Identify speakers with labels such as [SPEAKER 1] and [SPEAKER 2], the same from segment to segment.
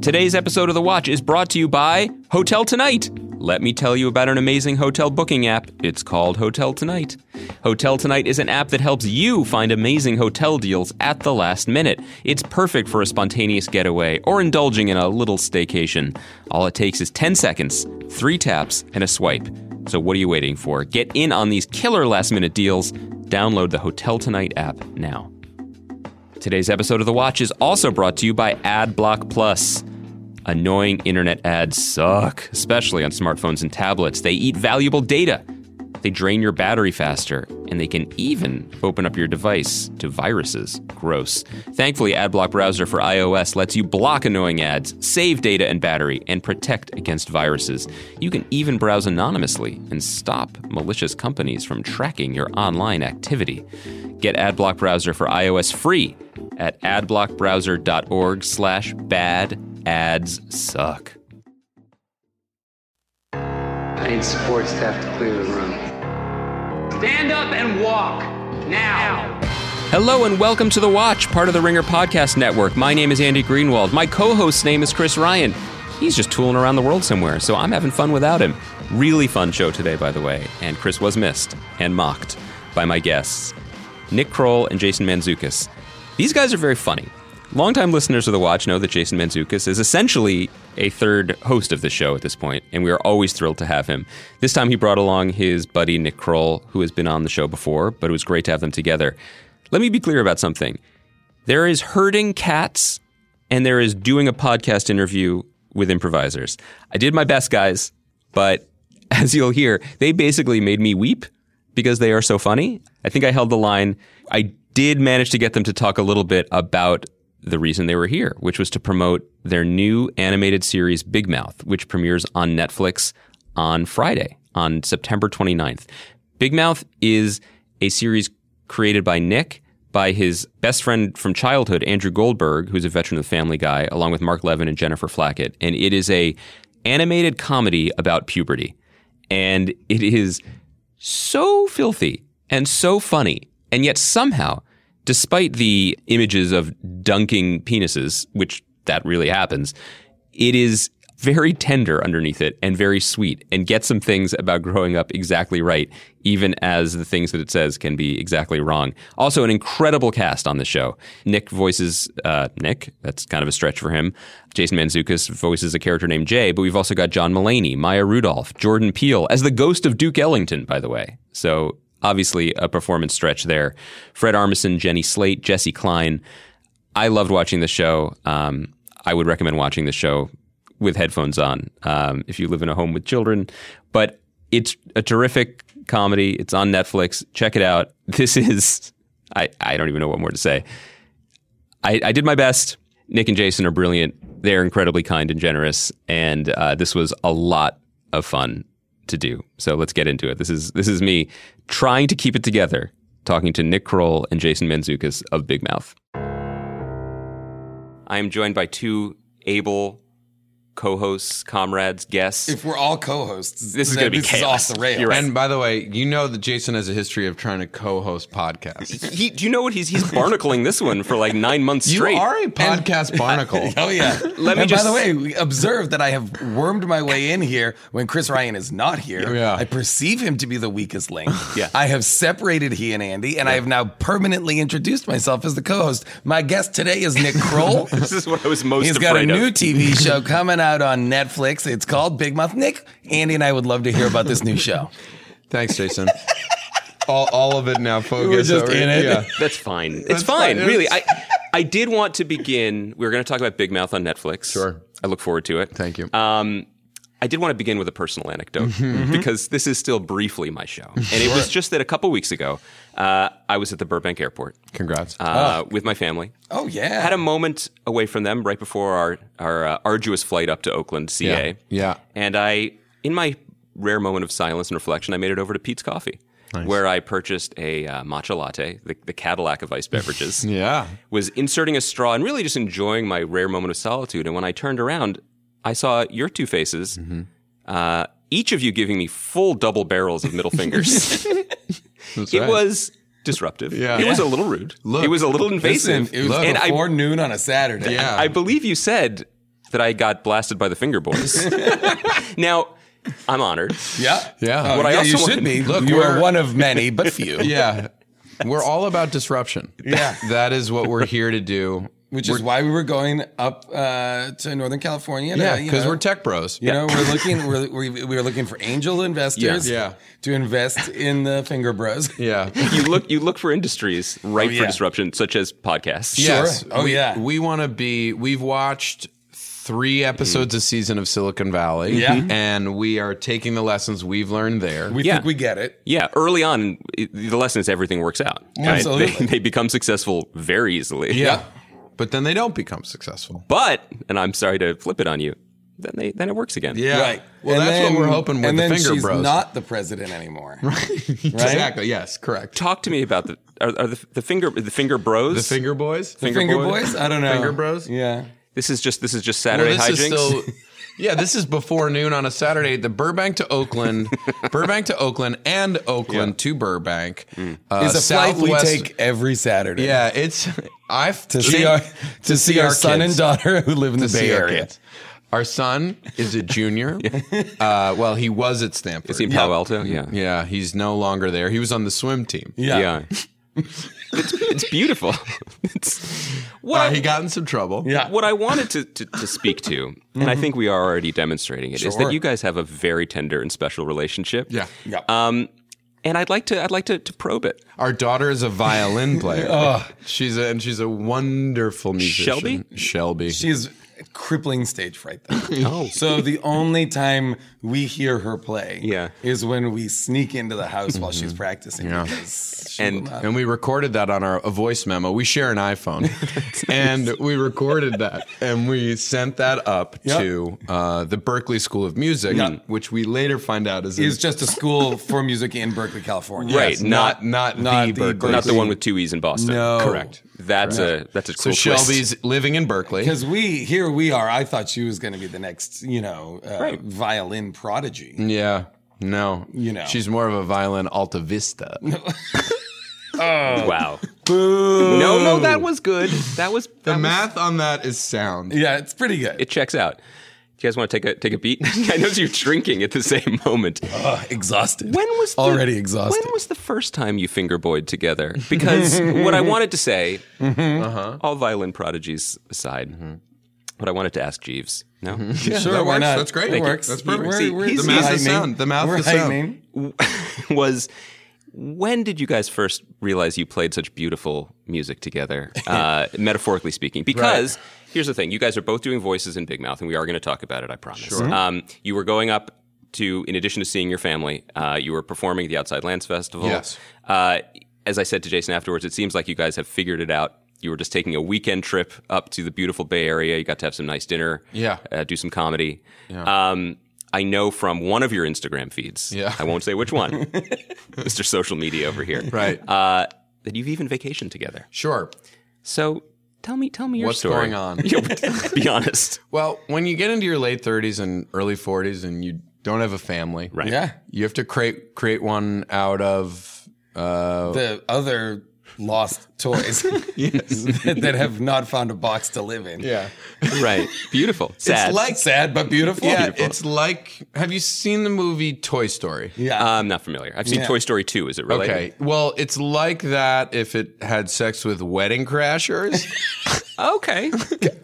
[SPEAKER 1] Today's episode of The Watch is brought to you by Hotel Tonight. Let me tell you about an amazing hotel booking app. It's called Hotel Tonight. Hotel Tonight is an app that helps you find amazing hotel deals at the last minute. It's perfect for a spontaneous getaway or indulging in a little staycation. All it takes is 10 seconds, three taps, and a swipe. So what are you waiting for? Get in on these killer last minute deals. Download the Hotel Tonight app now. Today's episode of The Watch is also brought to you by AdBlock Plus. Annoying internet ads suck, especially on smartphones and tablets. They eat valuable data, they drain your battery faster, and they can even open up your device to viruses. Gross. Thankfully, AdBlock Browser for iOS lets you block annoying ads, save data and battery, and protect against viruses. You can even browse anonymously and stop malicious companies from tracking your online activity. Get AdBlock Browser for iOS free at adblockbrowser.org slash bad ads suck.
[SPEAKER 2] I need support staff to clear the room.
[SPEAKER 3] Stand up and walk now.
[SPEAKER 1] Hello and welcome to The Watch, part of the Ringer Podcast Network. My name is Andy Greenwald. My co host's name is Chris Ryan. He's just tooling around the world somewhere, so I'm having fun without him. Really fun show today, by the way. And Chris was missed and mocked by my guests, Nick Kroll and Jason Manzukis. These guys are very funny. Longtime listeners of The Watch know that Jason Manzukis is essentially a third host of the show at this point, and we are always thrilled to have him. This time he brought along his buddy Nick Kroll, who has been on the show before, but it was great to have them together. Let me be clear about something. There is herding cats and there is doing a podcast interview with improvisers. I did my best, guys, but as you'll hear, they basically made me weep because they are so funny. I think I held the line. I did manage to get them to talk a little bit about the reason they were here, which was to promote their new animated series, Big Mouth, which premieres on Netflix on Friday, on September 29th. Big Mouth is a series created by Nick, by his best friend from childhood, Andrew Goldberg, who's a veteran of the Family Guy, along with Mark Levin and Jennifer Flackett. And it is a animated comedy about puberty. And it is so filthy and so funny. And yet somehow, despite the images of dunking penises, which that really happens, it is very tender underneath it and very sweet and gets some things about growing up exactly right, even as the things that it says can be exactly wrong. Also, an incredible cast on the show. Nick voices uh, Nick. That's kind of a stretch for him. Jason Manzukis voices a character named Jay, but we've also got John Mullaney, Maya Rudolph, Jordan Peele as the ghost of Duke Ellington, by the way. So obviously a performance stretch there. Fred Armisen, Jenny Slate, Jesse Klein. I loved watching the show. Um, I would recommend watching the show with headphones on um, if you live in a home with children. But it's a terrific comedy. It's on Netflix. Check it out. This is, I, I don't even know what more to say. I, I did my best. Nick and Jason are brilliant. They're incredibly kind and generous, and uh, this was a lot of fun to do. So let's get into it. This is this is me trying to keep it together, talking to Nick Kroll and Jason Manzukis of Big Mouth. I am joined by two able co-hosts, comrades, guests.
[SPEAKER 4] If we're all co-hosts,
[SPEAKER 1] This is
[SPEAKER 4] then
[SPEAKER 1] gonna be
[SPEAKER 4] this
[SPEAKER 1] chaos.
[SPEAKER 4] is off the rails.
[SPEAKER 1] You're right.
[SPEAKER 5] And by the way, you know that Jason has a history of trying to co-host podcasts.
[SPEAKER 1] He, do you know what he's he's barnacling this one for like nine months
[SPEAKER 5] you
[SPEAKER 1] straight?
[SPEAKER 5] are a podcast barnacle.
[SPEAKER 4] Oh yeah.
[SPEAKER 1] Let me
[SPEAKER 4] and
[SPEAKER 1] just-
[SPEAKER 4] by the way, we observe that I have wormed my way in here when Chris Ryan is not here.
[SPEAKER 5] Yeah.
[SPEAKER 4] I perceive him to be the weakest link.
[SPEAKER 1] Yeah.
[SPEAKER 4] I have separated he and Andy, and I have now permanently introduced myself as the co-host. My guest today is Nick Kroll.
[SPEAKER 1] this is what I was most
[SPEAKER 4] He's got a
[SPEAKER 1] afraid
[SPEAKER 4] new
[SPEAKER 1] of.
[SPEAKER 4] TV show coming out on Netflix. It's called Big Mouth Nick. Andy and I would love to hear about this new show.
[SPEAKER 5] Thanks, Jason. all, all of it now focused.
[SPEAKER 4] just
[SPEAKER 5] over-
[SPEAKER 4] in it.
[SPEAKER 5] Yeah.
[SPEAKER 1] That's fine. it's fine,
[SPEAKER 5] fine.
[SPEAKER 1] really. I I did want to begin. We were going to talk about Big Mouth on Netflix.
[SPEAKER 5] Sure.
[SPEAKER 1] I look forward to it.
[SPEAKER 5] Thank you. Mm-hmm.
[SPEAKER 1] Um, I did want to begin with a personal anecdote because this is still briefly my show, and it was just that a couple weeks ago, uh, I was at the Burbank Airport
[SPEAKER 5] Congrats.
[SPEAKER 1] uh, with my family.
[SPEAKER 4] Oh yeah.
[SPEAKER 1] Had a moment away from them right before our our uh, arduous flight up to Oakland, CA.
[SPEAKER 5] Yeah. Yeah.
[SPEAKER 1] And I, in my rare moment of silence and reflection, I made it over to Pete's Coffee, where I purchased a uh, matcha latte, the, the Cadillac of iced beverages.
[SPEAKER 5] yeah.
[SPEAKER 1] was inserting a straw and really just enjoying my rare moment of solitude. And when I turned around, I saw your two faces,
[SPEAKER 4] Mm-hmm.
[SPEAKER 1] uh, each of you giving me full double barrels of middle fingers.
[SPEAKER 5] That's
[SPEAKER 1] it
[SPEAKER 5] right.
[SPEAKER 1] was disruptive.
[SPEAKER 5] Yeah.
[SPEAKER 1] It was a little rude.
[SPEAKER 5] Look,
[SPEAKER 1] it was a little
[SPEAKER 4] Listen,
[SPEAKER 1] invasive.
[SPEAKER 4] it was
[SPEAKER 5] Look.
[SPEAKER 1] and I,
[SPEAKER 4] before noon on a Saturday.
[SPEAKER 5] Yeah.
[SPEAKER 1] I believe you said that I got blasted by the Finger Boys. now, I'm honored.
[SPEAKER 4] Yeah,
[SPEAKER 5] Yeah.
[SPEAKER 1] What I
[SPEAKER 4] Oh, yeah,
[SPEAKER 1] also
[SPEAKER 4] you
[SPEAKER 1] want-
[SPEAKER 4] should be.
[SPEAKER 5] Look,
[SPEAKER 4] Look, you are
[SPEAKER 5] we're-
[SPEAKER 4] one of many, but few.
[SPEAKER 5] Yeah. We're all about disruption.
[SPEAKER 4] Yeah.
[SPEAKER 5] That is what we're here to do.
[SPEAKER 4] Which is why we were going up uh, to Northern California. to,
[SPEAKER 5] Yeah,
[SPEAKER 4] you
[SPEAKER 5] because
[SPEAKER 4] know,
[SPEAKER 5] we're tech bros.
[SPEAKER 4] You know, we're looking. We're, we, we were looking for angel investors.
[SPEAKER 5] Yeah. Yeah.
[SPEAKER 4] to invest in the Finger Bros.
[SPEAKER 5] Yeah.
[SPEAKER 1] You look you look for industries ripe
[SPEAKER 4] Oh, yeah.
[SPEAKER 1] for disruption, such as podcasts.
[SPEAKER 4] Yeah.
[SPEAKER 5] Yes.
[SPEAKER 4] Oh,
[SPEAKER 5] we,
[SPEAKER 4] yeah.
[SPEAKER 5] We want to be. We've watched three episodes a season of Silicon Valley. Mm-hmm.
[SPEAKER 4] Yeah.
[SPEAKER 5] And we are taking the lessons we've learned there.
[SPEAKER 4] We
[SPEAKER 1] Yeah.
[SPEAKER 4] think we get it.
[SPEAKER 1] Yeah, early on, it- the lesson is everything works out. They,
[SPEAKER 4] Absolutely.
[SPEAKER 1] they become successful very easily.
[SPEAKER 5] yeah. But then they don't become successful.
[SPEAKER 1] But, and I'm sorry to flip it on you, then they then it works again.
[SPEAKER 4] Right.
[SPEAKER 5] Well,
[SPEAKER 4] And
[SPEAKER 5] that's
[SPEAKER 4] then-
[SPEAKER 5] what we're hoping with
[SPEAKER 4] and
[SPEAKER 5] the
[SPEAKER 4] then
[SPEAKER 5] Finger
[SPEAKER 4] she's
[SPEAKER 5] Bros.
[SPEAKER 4] Not the president anymore.
[SPEAKER 5] Exactly. Yes. Correct.
[SPEAKER 1] Talk to me about the are, are the, the finger the finger bros.
[SPEAKER 5] The Finger Boys.
[SPEAKER 1] Finger
[SPEAKER 4] Finger
[SPEAKER 1] Boy?
[SPEAKER 4] Boys. I don't know.
[SPEAKER 5] Finger Bros?
[SPEAKER 4] Yeah.
[SPEAKER 1] This is just this is just
[SPEAKER 5] Well,
[SPEAKER 1] Saturday
[SPEAKER 5] this is
[SPEAKER 1] hijinks.
[SPEAKER 5] still, yeah, this is before noon on a Saturday. The Burbank to Oakland, Burbank to Oakland, and Oakland to Burbank uh,
[SPEAKER 4] It's Mm. a flight we
[SPEAKER 5] Southwest-
[SPEAKER 4] take every Saturday.
[SPEAKER 5] Yeah, it's I've
[SPEAKER 4] To see our to, see our son and daughter who live in the Bay Area.
[SPEAKER 5] Our son is a junior. uh, well, he was at Stanford.
[SPEAKER 1] Is he in Palo Alto? Yeah.
[SPEAKER 5] yeah, he's no longer there. He was on the swim team. Uh,
[SPEAKER 4] Yeah.
[SPEAKER 1] it's, it's beautiful. It's, what,
[SPEAKER 5] Uh,
[SPEAKER 1] I-
[SPEAKER 5] he got in some trouble.
[SPEAKER 4] Yeah.
[SPEAKER 1] what I wanted to, to, to speak to, and I
[SPEAKER 5] Mm-hmm.
[SPEAKER 1] think we are already demonstrating it, is
[SPEAKER 4] Sure.
[SPEAKER 1] that you guys have a very tender and special relationship.
[SPEAKER 5] Yeah.
[SPEAKER 4] Yeah.
[SPEAKER 1] Um, and I'd like to I'd like to, to probe it.
[SPEAKER 5] Our daughter is a violin player. She's a, and she's a wonderful musician. Shelby? Shelby.
[SPEAKER 4] She is crippling stage fright though. So the only time we hear her play
[SPEAKER 1] Yeah.
[SPEAKER 4] is when we sneak into the house while she's practicing. Because she
[SPEAKER 1] And-
[SPEAKER 4] will not-
[SPEAKER 5] And we recorded that on our a voice memo. We share an iPhone, and we recorded that, and we sent that up
[SPEAKER 4] Yeah.
[SPEAKER 5] to uh, the Berkeley School of Music,
[SPEAKER 4] Yeah.
[SPEAKER 5] which we later find out is,
[SPEAKER 4] is just a school for music in Berkeley, California.
[SPEAKER 1] Right.
[SPEAKER 5] yes, not not,
[SPEAKER 4] Not
[SPEAKER 5] the,
[SPEAKER 4] the
[SPEAKER 5] Berkeley.
[SPEAKER 1] Not the one with two E's in Boston.
[SPEAKER 4] No.
[SPEAKER 5] Correct.
[SPEAKER 1] That's a that's a cool
[SPEAKER 5] So
[SPEAKER 1] twist.
[SPEAKER 5] Shelby's living in Berkeley.
[SPEAKER 4] Because we here we are. I thought she was going to be the next, you know, uh,
[SPEAKER 1] Right.
[SPEAKER 4] violin prodigy.
[SPEAKER 5] Yeah. No, you
[SPEAKER 4] know.
[SPEAKER 5] she's more of a violin altavista.
[SPEAKER 1] Wow. No, no, that was good. That was that was-
[SPEAKER 5] on that is sound.
[SPEAKER 4] Yeah, it's pretty good.
[SPEAKER 1] It checks out. Do you guys want to take a take a beat? I know you're drinking at the same moment.
[SPEAKER 4] exhausted.
[SPEAKER 1] When was the,
[SPEAKER 4] already exhausted?
[SPEAKER 1] When was the first time you fingerboyed together? Because what I wanted to say, all violin prodigies aside, what I wanted to ask Jeeves. No,
[SPEAKER 4] sure, why
[SPEAKER 5] works.
[SPEAKER 4] not?
[SPEAKER 5] That's great.
[SPEAKER 4] It
[SPEAKER 5] Thank you.
[SPEAKER 4] works.
[SPEAKER 5] That's perfect.
[SPEAKER 4] We're,
[SPEAKER 5] See,
[SPEAKER 4] we're,
[SPEAKER 1] he's-
[SPEAKER 4] we're
[SPEAKER 1] the mouth
[SPEAKER 5] is
[SPEAKER 4] heightening.
[SPEAKER 5] sound. The mouth
[SPEAKER 4] we're
[SPEAKER 5] is sound.
[SPEAKER 4] heightening.
[SPEAKER 1] was when did you guys first realize you played such beautiful music together, uh, metaphorically speaking? Because here's the thing: you guys are both doing voices in Big Mouth, and we are going to talk about it. I promise.
[SPEAKER 5] Mm-hmm.
[SPEAKER 1] Um, you were going up to, in addition to seeing your family, uh, you were performing at the Outside Lands Festival.
[SPEAKER 5] Yes.
[SPEAKER 1] Uh, as I said to Jason afterwards, it seems like you guys have figured it out. You were just taking a weekend trip up to the beautiful Bay Area. You got to have some nice dinner.
[SPEAKER 5] Yeah.
[SPEAKER 1] Uh, do some comedy. Um, I know from one of your Instagram feeds.
[SPEAKER 5] Yeah.
[SPEAKER 1] I won't say which one. Mr. Social Media over here.
[SPEAKER 5] Right.
[SPEAKER 1] Uh, that you've even vacationed together.
[SPEAKER 5] Sure.
[SPEAKER 1] So tell me, tell me your
[SPEAKER 5] What's
[SPEAKER 1] story.
[SPEAKER 5] going on?
[SPEAKER 1] You know, be honest.
[SPEAKER 5] Well, when you get into your late 30s and early 40s and you don't have a family,
[SPEAKER 1] Right.
[SPEAKER 4] Yeah.
[SPEAKER 5] you have to create create one out of uh,
[SPEAKER 4] The other lost toys that, that have not found a box to live in.
[SPEAKER 5] yeah.
[SPEAKER 1] Right. Beautiful. Sad.
[SPEAKER 5] It's like
[SPEAKER 4] Sad but beautiful.
[SPEAKER 5] yeah, it's like have you seen the movie Toy Story?
[SPEAKER 4] Yeah.
[SPEAKER 1] Uh, I'm not familiar. I've seen
[SPEAKER 4] Yeah.
[SPEAKER 1] Toy Story 2. Is it related?
[SPEAKER 5] Okay. Well, it's like that if it had sex with wedding crashers.
[SPEAKER 1] Okay.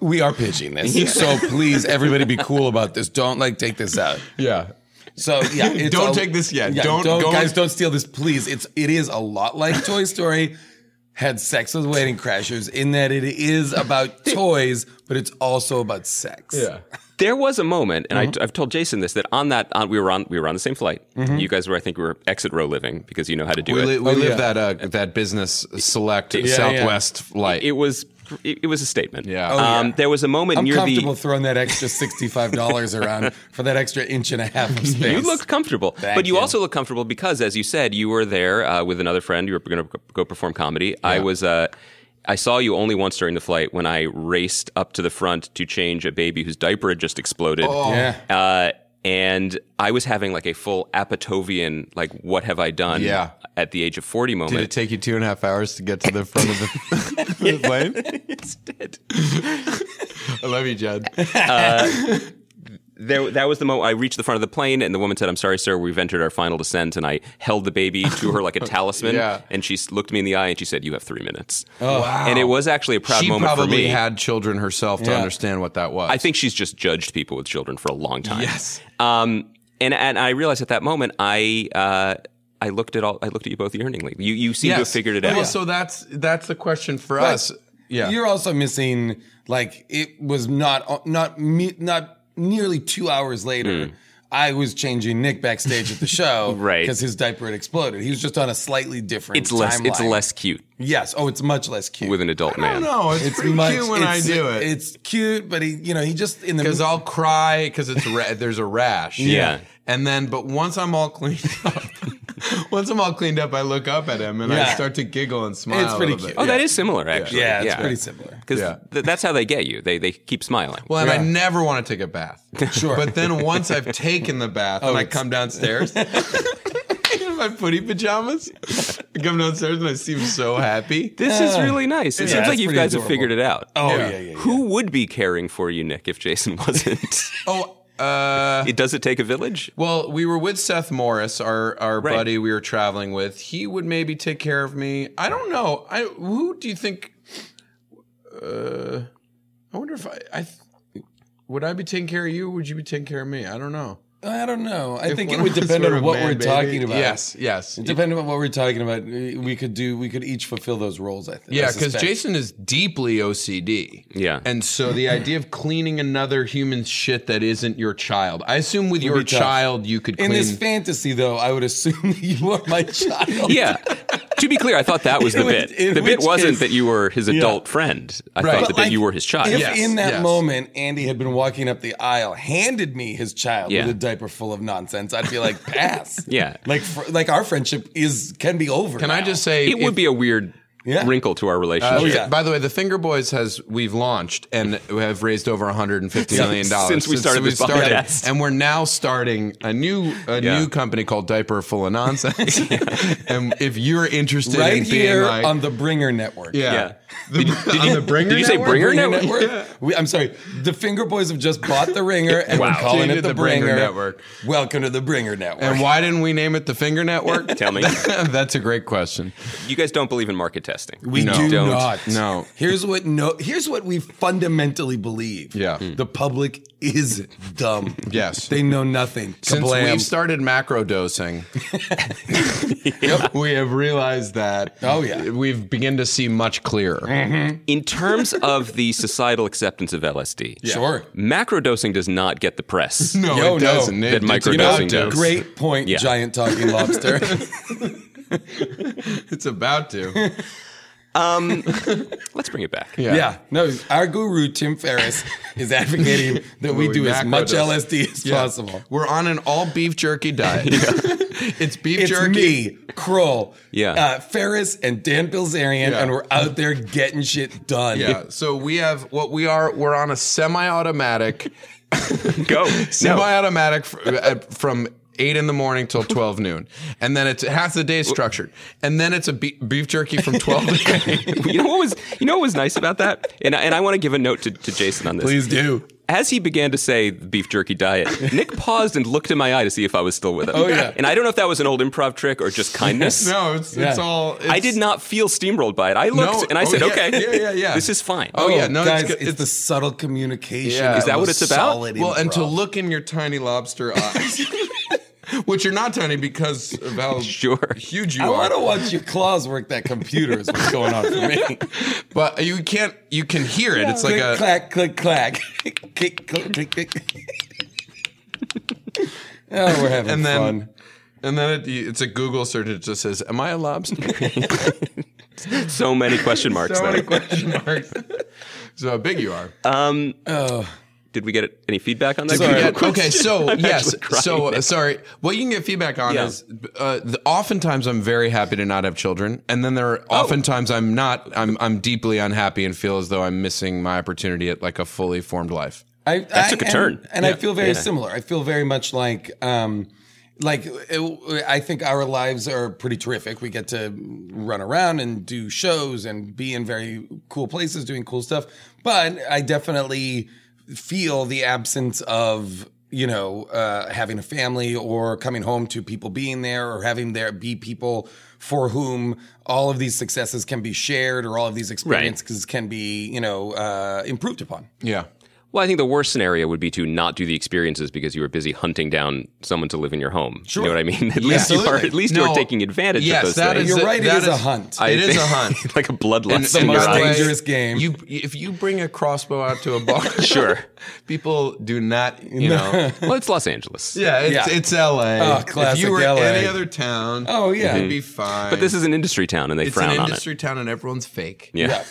[SPEAKER 4] we are pitching this. So please, everybody be cool about this. Don't like take this out.
[SPEAKER 5] yeah.
[SPEAKER 4] So yeah, it's
[SPEAKER 5] Don't
[SPEAKER 4] a-
[SPEAKER 5] take this yet. Don't- don't-
[SPEAKER 4] guys. Don't steal this, please. It's it is a lot like Toy Story. Had sex with wedding crashers in that it is about toys, but it's also about sex.
[SPEAKER 1] There was a moment, and
[SPEAKER 5] Uh-huh.
[SPEAKER 1] I, have told Jason this that on that on, we were on we were on the same flight. You guys were, I think, we were exit row living because you know how to do
[SPEAKER 5] Mm-hmm. We,
[SPEAKER 1] it.
[SPEAKER 5] li- we
[SPEAKER 4] Oh,
[SPEAKER 5] live
[SPEAKER 4] yeah.
[SPEAKER 5] that uh, that business select
[SPEAKER 1] yeah.
[SPEAKER 5] Southwest flight.
[SPEAKER 1] it was it, it was a statement.
[SPEAKER 5] Yeah. Oh,
[SPEAKER 1] Um,
[SPEAKER 4] yeah.
[SPEAKER 1] There was a moment
[SPEAKER 4] I'm
[SPEAKER 1] near
[SPEAKER 4] comfortable
[SPEAKER 1] the.
[SPEAKER 4] throwing that extra sixty-five dollars around for that extra inch and a half of space.
[SPEAKER 1] You looked comfortable,
[SPEAKER 4] Thank
[SPEAKER 1] but you,
[SPEAKER 4] you.
[SPEAKER 1] also looked comfortable because, as you said, you were there uh, with another friend. You were going to go perform comedy. I was. Uh, I saw you only once during the flight when
[SPEAKER 4] Oh.
[SPEAKER 1] I raced up to the front to change a baby whose diaper had just exploded.
[SPEAKER 4] Yeah.
[SPEAKER 1] Uh, And I was having like a full Apatovian, like, what have I done
[SPEAKER 5] Yeah.
[SPEAKER 1] at the age of 40 moment.
[SPEAKER 5] Did it take you two and a half hours to get to the front of the, the plane?
[SPEAKER 1] It's dead.
[SPEAKER 5] I love you, Jed.
[SPEAKER 1] There, that was the moment I reached the front of the plane, and the woman said, "I'm sorry, sir, we've entered our final descent." And I held the baby to her like a talisman,
[SPEAKER 5] Yeah.
[SPEAKER 1] and she s- looked me in the eye and she said, "You have three minutes."
[SPEAKER 5] Oh, Wow.
[SPEAKER 1] And it was actually a proud
[SPEAKER 5] she
[SPEAKER 1] moment
[SPEAKER 5] probably
[SPEAKER 1] for me.
[SPEAKER 5] had children herself to
[SPEAKER 4] Yeah.
[SPEAKER 5] understand what that was.
[SPEAKER 1] I think she's just judged people with children for a long time.
[SPEAKER 5] Yes.
[SPEAKER 1] Um, and and I realized at that moment, I uh, I looked at all, I looked at you both yearningly. You you seem to have figured it out.
[SPEAKER 5] Well, Oh, So that's that's the question for us. Yeah.
[SPEAKER 4] You're also missing like it was not not me- not nearly two hours later. I was changing Nick backstage at the show,
[SPEAKER 1] Hmm. Right.
[SPEAKER 4] Because his diaper had exploded. He was just on a slightly different.
[SPEAKER 1] it's less it's
[SPEAKER 4] timeline.
[SPEAKER 1] less cute
[SPEAKER 4] Yes. Oh, it's much less cute.
[SPEAKER 1] with an adult man.
[SPEAKER 5] no, it's,
[SPEAKER 4] it's
[SPEAKER 5] pretty
[SPEAKER 4] much
[SPEAKER 5] cute when I
[SPEAKER 4] it's-
[SPEAKER 5] do it
[SPEAKER 4] It's cute, but he you know he just in the
[SPEAKER 5] because I'll cry because it's ra- there's a rash.
[SPEAKER 1] Yeah.
[SPEAKER 5] and then but once I'm all cleaned up, once I'm all cleaned up, I look up at him and I
[SPEAKER 4] Yeah.
[SPEAKER 5] start to giggle and smile.
[SPEAKER 4] It's pretty
[SPEAKER 5] a little
[SPEAKER 4] cute.
[SPEAKER 5] bit.
[SPEAKER 1] Oh,
[SPEAKER 5] Yeah.
[SPEAKER 1] that is similar, actually.
[SPEAKER 4] yeah, it's pretty similar.
[SPEAKER 1] Because
[SPEAKER 5] Yeah.
[SPEAKER 1] th- that's how they get you. They they keep smiling.
[SPEAKER 5] Well, and I
[SPEAKER 4] Yeah.
[SPEAKER 5] never want to take a bath.
[SPEAKER 4] Sure. Oh,
[SPEAKER 5] But then once I've taken the bath and I
[SPEAKER 4] it's-
[SPEAKER 5] come downstairs in my footy pajamas, I come downstairs and I seem so happy.
[SPEAKER 1] This is really nice. It
[SPEAKER 4] Uh, Yeah,
[SPEAKER 1] seems
[SPEAKER 4] it's
[SPEAKER 1] like you
[SPEAKER 4] pretty
[SPEAKER 1] guys have
[SPEAKER 4] adorable.
[SPEAKER 1] figured it out.
[SPEAKER 4] Oh
[SPEAKER 5] Yeah.
[SPEAKER 4] yeah, yeah. yeah.
[SPEAKER 1] Who would be caring for you, Nick, if Jason wasn't?
[SPEAKER 5] Oh, uh,
[SPEAKER 1] it does it take a village?
[SPEAKER 5] well, we were with Seth Morris, our our
[SPEAKER 1] Right.
[SPEAKER 5] buddy we were traveling with. He would maybe take care of me. I don't know. I who do you think? Uh, I wonder if I, I th- would I be taking care of you. or Would you be taking care of me? I don't know.
[SPEAKER 4] I don't know. I
[SPEAKER 5] If
[SPEAKER 4] think
[SPEAKER 5] one
[SPEAKER 4] it
[SPEAKER 5] of
[SPEAKER 4] would
[SPEAKER 5] us
[SPEAKER 4] depend
[SPEAKER 5] were a
[SPEAKER 4] on what
[SPEAKER 5] man,
[SPEAKER 4] we're
[SPEAKER 5] baby.
[SPEAKER 4] talking about.
[SPEAKER 5] Yes, yes.
[SPEAKER 4] Depending on what we're talking about, we we could do. We could each fulfill those roles. I think. I
[SPEAKER 5] Yeah, because
[SPEAKER 4] suspect.
[SPEAKER 5] Jason is deeply OCD.
[SPEAKER 1] Yeah.
[SPEAKER 5] And so the idea of cleaning another human's shit that isn't your child. I assume with your
[SPEAKER 4] be tough.
[SPEAKER 5] child you could clean.
[SPEAKER 4] In this fantasy, though, I would assume that you are my child.
[SPEAKER 1] Yeah. to be clear, I thought that was the
[SPEAKER 4] In which-
[SPEAKER 1] bit.
[SPEAKER 4] in
[SPEAKER 1] the bit
[SPEAKER 4] which
[SPEAKER 1] wasn't
[SPEAKER 4] case-
[SPEAKER 1] that you were his adult friend. I
[SPEAKER 5] Right.
[SPEAKER 1] thought
[SPEAKER 5] But
[SPEAKER 1] that
[SPEAKER 4] like,
[SPEAKER 1] you were his child.
[SPEAKER 4] If
[SPEAKER 5] Yes,
[SPEAKER 4] in that
[SPEAKER 5] yes.
[SPEAKER 4] moment Andy had been walking up the aisle, handed me his child
[SPEAKER 1] Yeah.
[SPEAKER 4] with a diaper full of nonsense, I'd be like, pass.
[SPEAKER 1] Yeah.
[SPEAKER 4] like fr- like our friendship is can be over.
[SPEAKER 5] Can I
[SPEAKER 4] now.
[SPEAKER 5] just say
[SPEAKER 1] It would be a weird
[SPEAKER 4] Yeah.
[SPEAKER 1] wrinkle to our relationship.
[SPEAKER 4] Oh, yeah.
[SPEAKER 5] By the way, the Finger Boys has we've launched and we have raised over 150 million dollars
[SPEAKER 1] Since we started this podcast.
[SPEAKER 5] and we're now starting a new a
[SPEAKER 1] Yeah.
[SPEAKER 5] new company called Diaper Full of Nonsense. and if you're interested
[SPEAKER 4] right
[SPEAKER 5] in being
[SPEAKER 4] here
[SPEAKER 5] like,
[SPEAKER 4] on the Bringer Network?
[SPEAKER 5] yeah,
[SPEAKER 1] Yeah.
[SPEAKER 5] The, on the Bringer
[SPEAKER 1] did you say
[SPEAKER 5] Network?
[SPEAKER 1] Bringer Network?
[SPEAKER 4] We, I'm sorry. The Finger Boys have just bought the Ringer, and
[SPEAKER 1] Wow.
[SPEAKER 4] we're calling
[SPEAKER 5] Changed
[SPEAKER 4] it the,
[SPEAKER 5] the Bringer
[SPEAKER 4] Bringer.
[SPEAKER 5] Network.
[SPEAKER 4] Welcome to the Bringer Network.
[SPEAKER 5] And why didn't we name it the Finger Network?
[SPEAKER 1] Tell me.
[SPEAKER 5] That's a great question.
[SPEAKER 1] You guys don't believe in market testing.
[SPEAKER 4] We
[SPEAKER 5] No.
[SPEAKER 4] do
[SPEAKER 1] Don't.
[SPEAKER 4] not.
[SPEAKER 5] No.
[SPEAKER 4] Here's what no. Here's what we fundamentally believe.
[SPEAKER 5] Yeah. Hmm.
[SPEAKER 4] The public is dumb.
[SPEAKER 5] Yes.
[SPEAKER 4] They know nothing.
[SPEAKER 5] Since
[SPEAKER 4] Kablam.
[SPEAKER 5] we've started macro dosing, we have realized that.
[SPEAKER 4] Oh, yeah.
[SPEAKER 5] we've begun to see much clearer.
[SPEAKER 1] In terms of the societal acceptance of LSD,
[SPEAKER 4] Sure.
[SPEAKER 1] macrodosing does not get the press.
[SPEAKER 5] No,
[SPEAKER 4] Yo,
[SPEAKER 5] it
[SPEAKER 4] no.
[SPEAKER 5] doesn't. It,
[SPEAKER 1] That
[SPEAKER 5] it's
[SPEAKER 1] microdosing
[SPEAKER 5] about to.
[SPEAKER 1] does.
[SPEAKER 4] Great point,
[SPEAKER 1] Yeah.
[SPEAKER 4] giant talking lobster.
[SPEAKER 5] It's about to.
[SPEAKER 1] Um, Let's bring it back.
[SPEAKER 5] Yeah.
[SPEAKER 4] yeah. No, our guru Tim Ferriss is advocating that we
[SPEAKER 5] We
[SPEAKER 4] do as
[SPEAKER 5] macro
[SPEAKER 4] much
[SPEAKER 5] dose.
[SPEAKER 4] LSD as
[SPEAKER 5] Yeah.
[SPEAKER 4] possible.
[SPEAKER 5] We're on an all beef jerky diet. it's beef
[SPEAKER 4] It's
[SPEAKER 5] jerky.
[SPEAKER 4] me, Kroll,
[SPEAKER 1] Yeah.
[SPEAKER 4] uh, Ferris, and Dan Bilzerian,
[SPEAKER 5] Yeah.
[SPEAKER 4] and we're out there getting shit done.
[SPEAKER 5] Yeah. So we have what we are. We're on a semi-automatic,
[SPEAKER 1] Go. No.
[SPEAKER 5] semi-automatic f- uh, from eight in the morning till twelve noon, and then it's half the day is structured, and then it's a be- beef jerky from twelve to eight.
[SPEAKER 1] you know what was you know what was nice about that? And I, and I want to give a note to, to Jason on this.
[SPEAKER 4] Please do.
[SPEAKER 1] As he began to say the beef jerky diet, Nick paused and looked in my eye to see if I was still with him.
[SPEAKER 4] Oh, yeah.
[SPEAKER 1] And I don't know if that was an old improv trick or just kindness.
[SPEAKER 5] No, it's
[SPEAKER 4] Yeah.
[SPEAKER 5] it's all. It's,
[SPEAKER 1] I did not feel steamrolled by it. I looked and I
[SPEAKER 5] oh,
[SPEAKER 1] said,
[SPEAKER 5] yeah,
[SPEAKER 1] "Okay,
[SPEAKER 5] yeah, yeah, yeah.
[SPEAKER 1] this is fine."
[SPEAKER 5] Oh, yeah, no,
[SPEAKER 4] guys,
[SPEAKER 5] it's,
[SPEAKER 4] it's,
[SPEAKER 5] good. it's
[SPEAKER 4] the subtle communication.
[SPEAKER 5] Yeah. Is
[SPEAKER 1] that
[SPEAKER 4] of
[SPEAKER 1] what it's about?
[SPEAKER 4] solid
[SPEAKER 5] well, and to
[SPEAKER 4] improv.
[SPEAKER 5] look in your tiny lobster eyes, which are not tiny because of how
[SPEAKER 1] Sure.
[SPEAKER 5] huge you
[SPEAKER 4] Oh, I
[SPEAKER 5] are.
[SPEAKER 4] want to watch your claws work that computer. Is what's going on for me?
[SPEAKER 5] But you can't. You can hear it. It's like
[SPEAKER 4] click,
[SPEAKER 5] a.
[SPEAKER 4] clack, click, clack, click, click, click, click. oh, we're having
[SPEAKER 5] And then-
[SPEAKER 4] fun.
[SPEAKER 5] And then it, it's a Google search. It just says, "Am I a lobster?"
[SPEAKER 1] So many question marks.
[SPEAKER 5] so many
[SPEAKER 1] there.
[SPEAKER 5] question marks. so how big you are?
[SPEAKER 1] Did we get any feedback on that?
[SPEAKER 4] Sorry.
[SPEAKER 5] Yeah, okay, so yes,
[SPEAKER 1] actually crying
[SPEAKER 5] so uh, sorry. What you can get feedback on
[SPEAKER 1] Yeah.
[SPEAKER 5] is uh, the, oftentimes I'm very happy to not have children, and then there are
[SPEAKER 1] Oh.
[SPEAKER 5] oftentimes I'm not. I'm I'm deeply unhappy and feel as though I'm missing my opportunity at like a fully formed life.
[SPEAKER 4] I,
[SPEAKER 1] That took a
[SPEAKER 4] and-
[SPEAKER 1] turn.
[SPEAKER 4] and
[SPEAKER 1] Yeah.
[SPEAKER 4] I feel very
[SPEAKER 1] Yeah.
[SPEAKER 4] similar. I feel very much like, um, like it, I think our lives are pretty terrific. We get to run around and do shows and be in very cool places doing cool stuff. But I definitely feel the absence of you know uh, having a family or coming home to people being there or having there be people for whom all of these successes can be shared or all of these experiences can be you know uh, improved upon.
[SPEAKER 5] Yeah.
[SPEAKER 1] Well, I think the worst scenario would be to not do the experiences because you were busy hunting down someone to live in your home. You know what I mean? At least you are.
[SPEAKER 4] Absolutely.
[SPEAKER 1] At least you are
[SPEAKER 5] No.
[SPEAKER 1] taking advantage
[SPEAKER 5] Yes,
[SPEAKER 1] of those
[SPEAKER 5] that
[SPEAKER 1] things.
[SPEAKER 5] is
[SPEAKER 4] You're
[SPEAKER 5] it-
[SPEAKER 4] right. It
[SPEAKER 5] that
[SPEAKER 4] is a
[SPEAKER 5] is-
[SPEAKER 4] hunt.
[SPEAKER 5] I- It is
[SPEAKER 1] think-
[SPEAKER 5] a hunt.
[SPEAKER 1] like a bloodlust
[SPEAKER 5] the
[SPEAKER 1] in your
[SPEAKER 5] most
[SPEAKER 1] eyes.
[SPEAKER 4] dangerous game.
[SPEAKER 5] You, if you bring a crossbow out to a bar,
[SPEAKER 1] Sure.
[SPEAKER 5] people do not, you know.
[SPEAKER 1] Well, it's Los Angeles.
[SPEAKER 5] Yeah, it's,
[SPEAKER 4] Yeah.
[SPEAKER 5] it's L.A.
[SPEAKER 4] Oh,
[SPEAKER 5] if
[SPEAKER 4] classic
[SPEAKER 5] you were
[SPEAKER 4] LA.
[SPEAKER 5] any other town,
[SPEAKER 4] Oh, yeah.
[SPEAKER 5] it'd be fine.
[SPEAKER 1] Mm-hmm. But this is an industry town and they
[SPEAKER 5] it's
[SPEAKER 1] frown
[SPEAKER 5] an
[SPEAKER 1] on
[SPEAKER 5] industry town, and everyone's fake,
[SPEAKER 1] it. Yeah.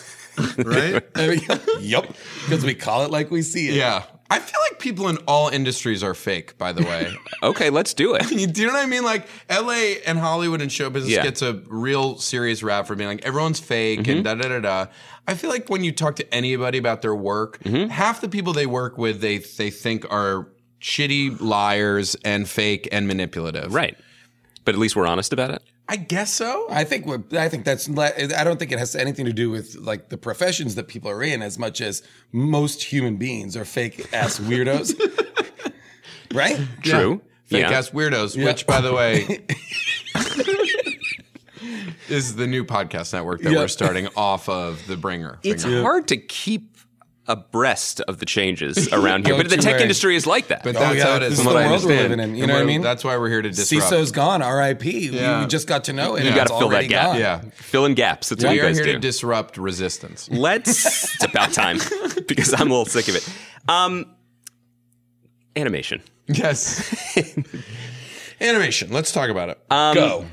[SPEAKER 5] right?
[SPEAKER 4] yep. Because we call it like we see it.
[SPEAKER 5] yeah, I feel like people in all industries are fake. By the way,
[SPEAKER 1] Okay, let's do it.
[SPEAKER 5] You- do you know what I mean? Like L.A. and Hollywood and show business
[SPEAKER 1] Yeah.
[SPEAKER 5] gets a real serious rap for being like everyone's fake and da da da da. I feel like when you talk to anybody about their work, half the people they work with they they think are shitty liars and fake and manipulative.
[SPEAKER 1] Right. But at least we're honest about it.
[SPEAKER 5] I guess so.
[SPEAKER 4] I think we're, I think that's le- I don't think it has anything to do with like the professions that people are in as much as most human beings are fake ass weirdos. right?
[SPEAKER 1] True.
[SPEAKER 5] Fake
[SPEAKER 1] Yeah.
[SPEAKER 5] ass weirdos, which by the way is the new podcast network that
[SPEAKER 4] Yeah.
[SPEAKER 5] we're starting off of the bringer.
[SPEAKER 1] It's
[SPEAKER 5] Bringer.
[SPEAKER 1] hard to keep abreast of the changes around here.
[SPEAKER 4] Don't
[SPEAKER 1] but the
[SPEAKER 4] you
[SPEAKER 1] tech
[SPEAKER 4] worry.
[SPEAKER 1] industry is like that.
[SPEAKER 5] But that's
[SPEAKER 4] Oh, yeah,
[SPEAKER 5] how it is.
[SPEAKER 4] this is
[SPEAKER 5] from
[SPEAKER 4] the
[SPEAKER 5] what I
[SPEAKER 4] world we're
[SPEAKER 5] understand.
[SPEAKER 4] living in, you
[SPEAKER 5] And
[SPEAKER 4] know what I
[SPEAKER 5] we're-
[SPEAKER 4] mean?
[SPEAKER 5] That's why we're here to disrupt.
[SPEAKER 4] CISO's gone, RIP.
[SPEAKER 5] Yeah.
[SPEAKER 4] You just got to know it.
[SPEAKER 5] You
[SPEAKER 4] and
[SPEAKER 1] you
[SPEAKER 4] it's
[SPEAKER 1] got to fill that
[SPEAKER 4] already
[SPEAKER 1] gap.
[SPEAKER 4] gone.
[SPEAKER 1] Fill in gaps. That's what
[SPEAKER 5] We
[SPEAKER 1] you
[SPEAKER 5] are
[SPEAKER 1] guys
[SPEAKER 5] here
[SPEAKER 1] do.
[SPEAKER 5] to disrupt resistance.
[SPEAKER 1] Let's. it's about time because I'm a little sick of it. Um, animation.
[SPEAKER 5] Yes. Animation. Let's talk about it.
[SPEAKER 1] Uh,
[SPEAKER 5] Um,
[SPEAKER 4] Go.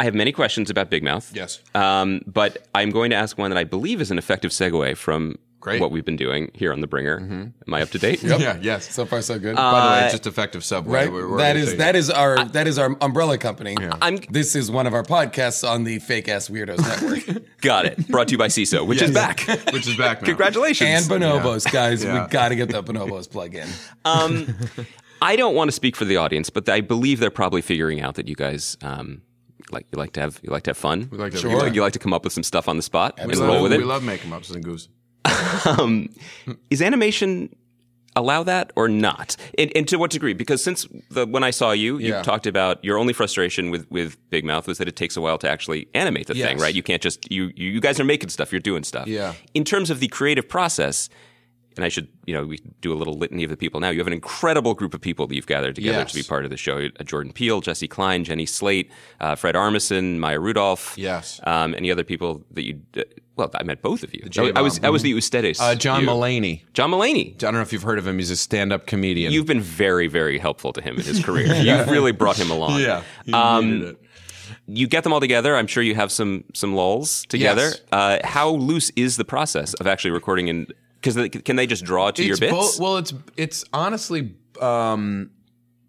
[SPEAKER 1] I have many questions about Big Mouth.
[SPEAKER 5] yes.
[SPEAKER 1] Um, but I'm going to ask one that I believe is an effective segue from
[SPEAKER 5] Great.
[SPEAKER 1] what we've been doing here on The Bringer. Am I up to date?
[SPEAKER 5] Yeah. Yes.
[SPEAKER 4] So far, so good.
[SPEAKER 5] By
[SPEAKER 1] Uh,
[SPEAKER 5] the way, just effective subway.
[SPEAKER 4] right? that is that is our that is our umbrella company.
[SPEAKER 1] I'm-
[SPEAKER 4] this is one of our podcasts on the fake ass weirdos network.
[SPEAKER 1] Got it. Brought to you by CISO, which is back.
[SPEAKER 5] which is back. Now.
[SPEAKER 1] Congratulations.
[SPEAKER 4] and bonobos, guys.
[SPEAKER 5] Yeah.
[SPEAKER 4] We got to get the bonobos plug in.
[SPEAKER 1] Um, I don't want to speak for the audience, but I believe they're probably figuring out that you guys um, like you like to have you like to have fun. We
[SPEAKER 5] like to-
[SPEAKER 1] You,
[SPEAKER 5] Sure.
[SPEAKER 1] like, you like to come up with some stuff on the spot
[SPEAKER 5] We
[SPEAKER 1] and roll
[SPEAKER 5] love,
[SPEAKER 1] with it.
[SPEAKER 5] we love making ups and goofs.
[SPEAKER 1] um, is animation allow that or not and, and to what degree because since the, when i saw you you
[SPEAKER 5] Yeah.
[SPEAKER 1] talked about your only frustration with, with big mouth was that it takes a while to actually animate the thing
[SPEAKER 5] Yes.
[SPEAKER 1] right you can't just you you you guys are making stuff you're doing stuff
[SPEAKER 5] Yeah.
[SPEAKER 1] in terms of the creative process and i should you know we could do a little litany of the people now you have an incredible group of people that you've gathered together
[SPEAKER 5] Yes.
[SPEAKER 1] to be part of the show Uh, jordan peele jesse klein jenny slate uh, fred armisen maya rudolph
[SPEAKER 5] Yes.
[SPEAKER 1] um, any other people that you uh, well i met both of you
[SPEAKER 5] J-Bomb.
[SPEAKER 1] I was i was the ustedes
[SPEAKER 5] Uh, John
[SPEAKER 1] you.
[SPEAKER 5] Mullaney.
[SPEAKER 1] John Mulaney.
[SPEAKER 5] I don't know if you've heard of him. He's a stand-up comedian.
[SPEAKER 1] You've been very, very helpful to him in his career. You've really brought him along.
[SPEAKER 5] He
[SPEAKER 1] Um,
[SPEAKER 5] needed it.
[SPEAKER 1] you get them all together. I'm sure you have some some lulls together.
[SPEAKER 5] Yes.
[SPEAKER 1] Uh, how loose is the process of actually recording? And because can they just draw to your
[SPEAKER 5] It's
[SPEAKER 1] bits?
[SPEAKER 5] both- well, it's it's honestly um,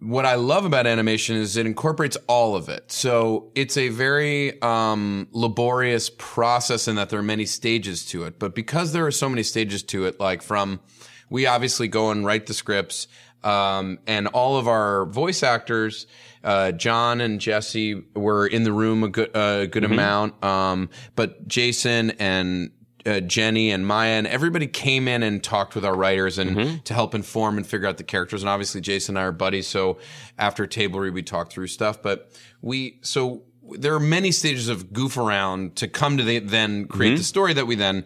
[SPEAKER 5] what I love about animation is it incorporates all of it. So it's a very um, laborious process in that there are many stages to it. But because there are so many stages to it, like from we obviously go and write the scripts, um, and all of our voice actors. Uh, John and Jesse were in the room a good, uh, a good
[SPEAKER 1] Mm-hmm.
[SPEAKER 5] amount. Um, but Jason and uh, Jenny and Maya and everybody came in and talked with our writers and to help inform and figure out the characters. And obviously, Jason and I are buddies, so after table read, we talk through stuff. But we so there are many stages of goof around to come to the, then create the story that we then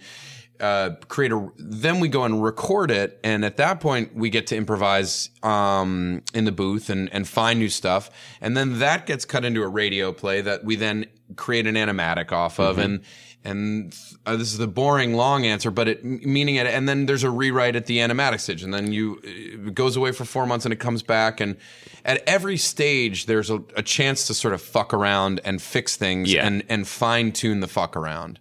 [SPEAKER 5] uh, create a then we go and record it and at that point we get to improvise um, in the booth and, and find new stuff and then that gets cut into a radio play that we then create an animatic off of and and uh, this is the boring long answer but it m- meaning it and then there's a rewrite at the animatic stage and then you it goes away for four months and it comes back and at every stage there's a, a chance to sort of fuck around and fix things
[SPEAKER 1] Yeah.
[SPEAKER 5] and and fine tune the fuck around.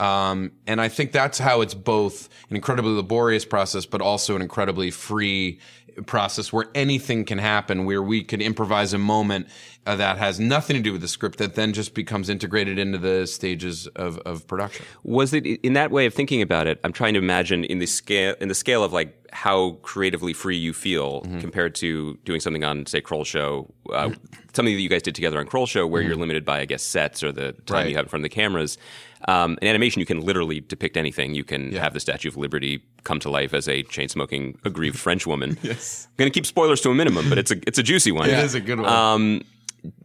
[SPEAKER 5] Um, and I think that's how it's both an incredibly laborious process, but also an incredibly free process where anything can happen, where we can improvise a moment uh, that has nothing to do with the script that then just becomes integrated into the stages of, of production.
[SPEAKER 1] was it in that way of thinking about it? I'm trying to imagine in the scale in the scale of like how creatively free you feel
[SPEAKER 5] Mm-hmm.
[SPEAKER 1] compared to doing something on, say, Kroll Show, uh, something that you guys did together on Kroll Show, where you're limited by, I guess, sets or the time
[SPEAKER 5] Mm-hmm. Right.
[SPEAKER 1] you have in front of the cameras. Um, in animation, you can literally depict anything. You can
[SPEAKER 5] Yeah.
[SPEAKER 1] have the Statue of Liberty come to life as a chain smoking, aggrieved French woman. yes. I'm going to keep spoilers to a minimum, but it's a, it's a juicy one.
[SPEAKER 5] It is a good one.
[SPEAKER 1] Um,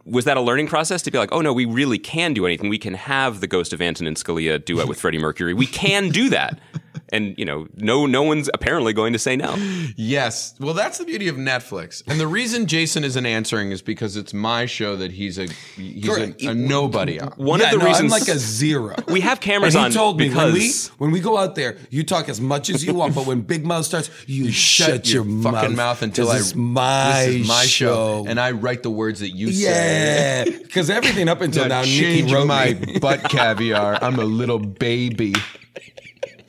[SPEAKER 1] was that a learning process to be like, oh no, we really can do anything. We can have the ghost of Antonin Scalia duet with Freddie Mercury. We can do that. And you know, no, no one's apparently going to say no.
[SPEAKER 5] Yes. Well, that's the beauty of Netflix. And the reason Jason isn't answering is because it's my show that he's a he's a,
[SPEAKER 4] Correct.
[SPEAKER 5] a nobody on.
[SPEAKER 1] One
[SPEAKER 4] yeah,
[SPEAKER 1] of the
[SPEAKER 4] no,
[SPEAKER 1] reasons
[SPEAKER 4] I'm like a zero.
[SPEAKER 1] we have cameras
[SPEAKER 4] and he
[SPEAKER 1] on
[SPEAKER 4] told me when we
[SPEAKER 1] because
[SPEAKER 4] when we go out there, you talk as much as you want, but when Big Mouth starts, you, shut, your,
[SPEAKER 5] fucking mouth until
[SPEAKER 4] this
[SPEAKER 5] I
[SPEAKER 4] is my
[SPEAKER 5] this is my show.
[SPEAKER 4] show.
[SPEAKER 5] and I write the words that you say.
[SPEAKER 4] yeah, because everything up until
[SPEAKER 5] Now
[SPEAKER 4] now, Nikki
[SPEAKER 5] change
[SPEAKER 4] wrote
[SPEAKER 5] my
[SPEAKER 4] me.
[SPEAKER 5] butt caviar. I'm a little baby.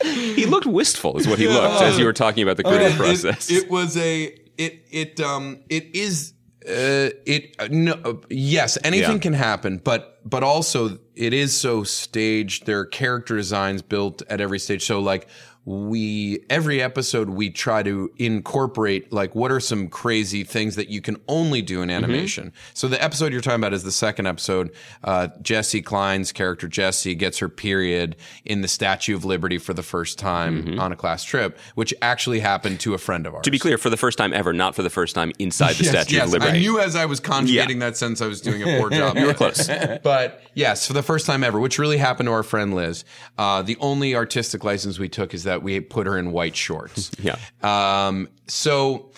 [SPEAKER 1] he looked wistful, is what he looked as you were talking about the creative process.
[SPEAKER 5] Oh, It, it was a it it um it is uh it uh, no uh, yes anything
[SPEAKER 1] Yeah.
[SPEAKER 5] can happen but but also it is so staged there are character designs built at every stage so like we every episode we try to incorporate like what are some crazy things that you can only do in animation so the episode you're talking about is the second episode uh jesse klein's character jesse gets her period in the statue of liberty for the first time on a class trip which actually happened to a friend of ours
[SPEAKER 1] to be clear, for the first time ever, not for the first time inside the Statue of Liberty.
[SPEAKER 5] I knew as I was conjugating that sentence, I was doing a poor job. you were
[SPEAKER 1] close.
[SPEAKER 5] but yes, for the first time ever, which really happened to our friend Liz. Uh, the only artistic license we took is that we put her in white shorts.
[SPEAKER 1] yeah.
[SPEAKER 5] Um, so,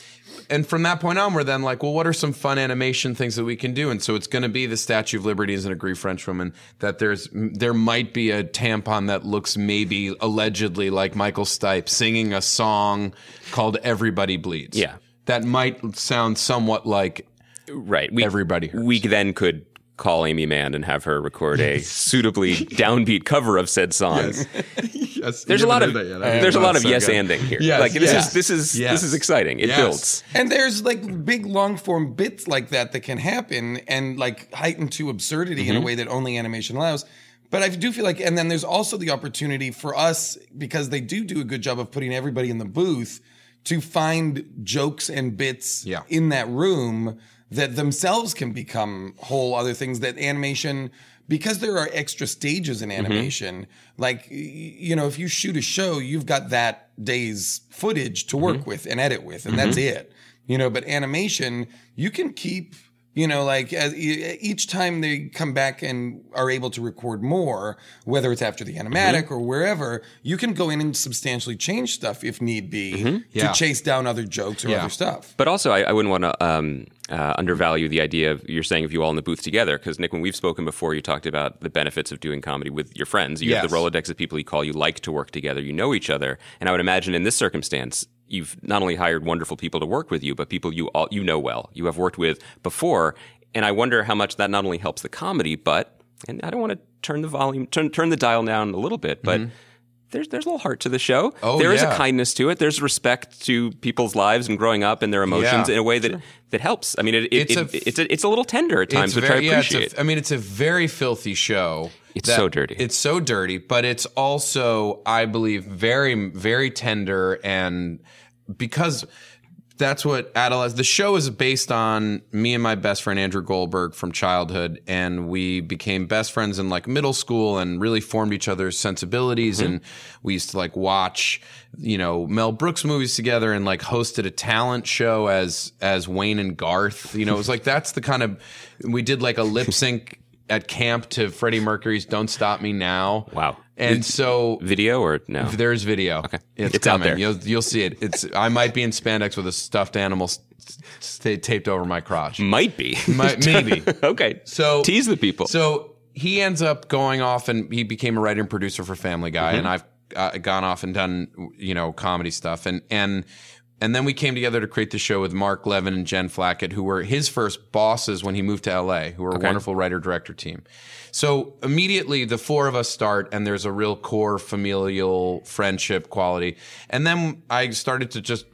[SPEAKER 5] and from that point on, we're then like, well, what are some fun animation things that we can do? And so it's going to be the Statue of Liberty is an agree French woman that there's, there might be a tampon that looks maybe allegedly like Michael Stipe singing a song called Everybody Bleeds.
[SPEAKER 1] Yeah.
[SPEAKER 5] That might sound somewhat like
[SPEAKER 1] Right. We,
[SPEAKER 5] Everybody hurts.
[SPEAKER 1] We then could call Amy Mann and have her record a suitably downbeat cover of said song.
[SPEAKER 5] Yes,
[SPEAKER 1] There's a
[SPEAKER 5] you
[SPEAKER 1] lot of
[SPEAKER 5] haven't heard that yet. I
[SPEAKER 1] there's a
[SPEAKER 5] have
[SPEAKER 1] lot
[SPEAKER 5] Uh, not,
[SPEAKER 1] of
[SPEAKER 5] so
[SPEAKER 1] yes
[SPEAKER 5] good.
[SPEAKER 1] anding here.
[SPEAKER 5] Yes,
[SPEAKER 1] like this
[SPEAKER 5] yes,
[SPEAKER 1] is this is
[SPEAKER 5] yes.
[SPEAKER 1] this is exciting. It
[SPEAKER 5] Yes.
[SPEAKER 1] builds.
[SPEAKER 4] And there's like big long form bits like that that can happen and like heighten to absurdity in a way that only animation allows. But I do feel like, and then there's also the opportunity for us because they do do a good job of putting everybody in the booth to find jokes and bits
[SPEAKER 5] Yeah.
[SPEAKER 4] in that room that themselves can become whole other things that animation because there are extra stages in
[SPEAKER 5] Mm-hmm.
[SPEAKER 4] animation like y- you know if you shoot a show you've got that day's footage to
[SPEAKER 5] Mm-hmm.
[SPEAKER 4] work with and edit with and that's it you know but animation you can keep you know like as, e- each time they come back and are able to record more whether it's after the animatic
[SPEAKER 5] Mm-hmm.
[SPEAKER 4] or wherever you can go in and substantially change stuff if need be
[SPEAKER 5] Mm-hmm. Yeah.
[SPEAKER 4] to chase down other jokes or
[SPEAKER 5] Yeah.
[SPEAKER 4] other stuff
[SPEAKER 1] But also, I, I wouldn't want to um, uh, undervalue the idea of you're saying of you all in the booth together. Because Nick, when we've spoken before, you talked about the benefits of doing comedy with your friends. You have the
[SPEAKER 5] Yes.
[SPEAKER 1] rolodex of people you call. You like to work together. You know each other. And I would imagine in this circumstance, you've not only hired wonderful people to work with you, but people you all you know well. You have worked with before. And I wonder how much that not only helps the comedy, but and I don't want to turn the volume turn turn the dial down a little bit, but. There's, there's a little heart to the show.
[SPEAKER 5] Mm-hmm. Oh,
[SPEAKER 1] there is a
[SPEAKER 5] yeah.
[SPEAKER 1] kindness to it. There's respect to people's lives and growing up and their emotions
[SPEAKER 5] Yeah.
[SPEAKER 1] in a way that that helps. I mean, it, it,
[SPEAKER 5] It's
[SPEAKER 1] it's,
[SPEAKER 5] a-
[SPEAKER 1] it's, a, it's a little tender at times, which I
[SPEAKER 5] yeah, it's a-
[SPEAKER 1] appreciate.
[SPEAKER 5] I mean, it's a very filthy show.
[SPEAKER 1] It's so dirty.
[SPEAKER 5] It's so dirty, but it's also, I believe, very, very tender and because that's what adolescence. The show is based on me and my best friend Andrew Goldberg from childhood, and we became best friends in like middle school and really formed each other's sensibilities. And we used to like watch, you know, Mel Brooks movies together, and like hosted a talent show as as Wayne and Garth. You know, it was like that's the kind of we did like a lip sync at camp to Freddie Mercury's "Don't Stop Me Now."
[SPEAKER 1] Wow.
[SPEAKER 5] And so
[SPEAKER 1] Video or no?
[SPEAKER 5] there's video. Okay, it's,
[SPEAKER 1] It's out
[SPEAKER 5] coming.
[SPEAKER 1] there.
[SPEAKER 5] You'll you'll see it. It's I might be in spandex with a stuffed animal s- s- ta- taped over my crotch.
[SPEAKER 1] Might be.
[SPEAKER 5] Might- maybe.
[SPEAKER 1] okay.
[SPEAKER 5] So
[SPEAKER 1] tease the people.
[SPEAKER 5] So he ends up going off, and he became a writer and producer for Family Guy,
[SPEAKER 1] Mm-hmm.
[SPEAKER 5] and I've uh, gone off and done you know comedy stuff, and and. And then we came together to create the show with Mark Levin and Jen Flackett, who were his first bosses when he moved to LA, who were a wonderful writer director team. So immediately the four of us start, and there's a real core familial friendship quality. And then I started to just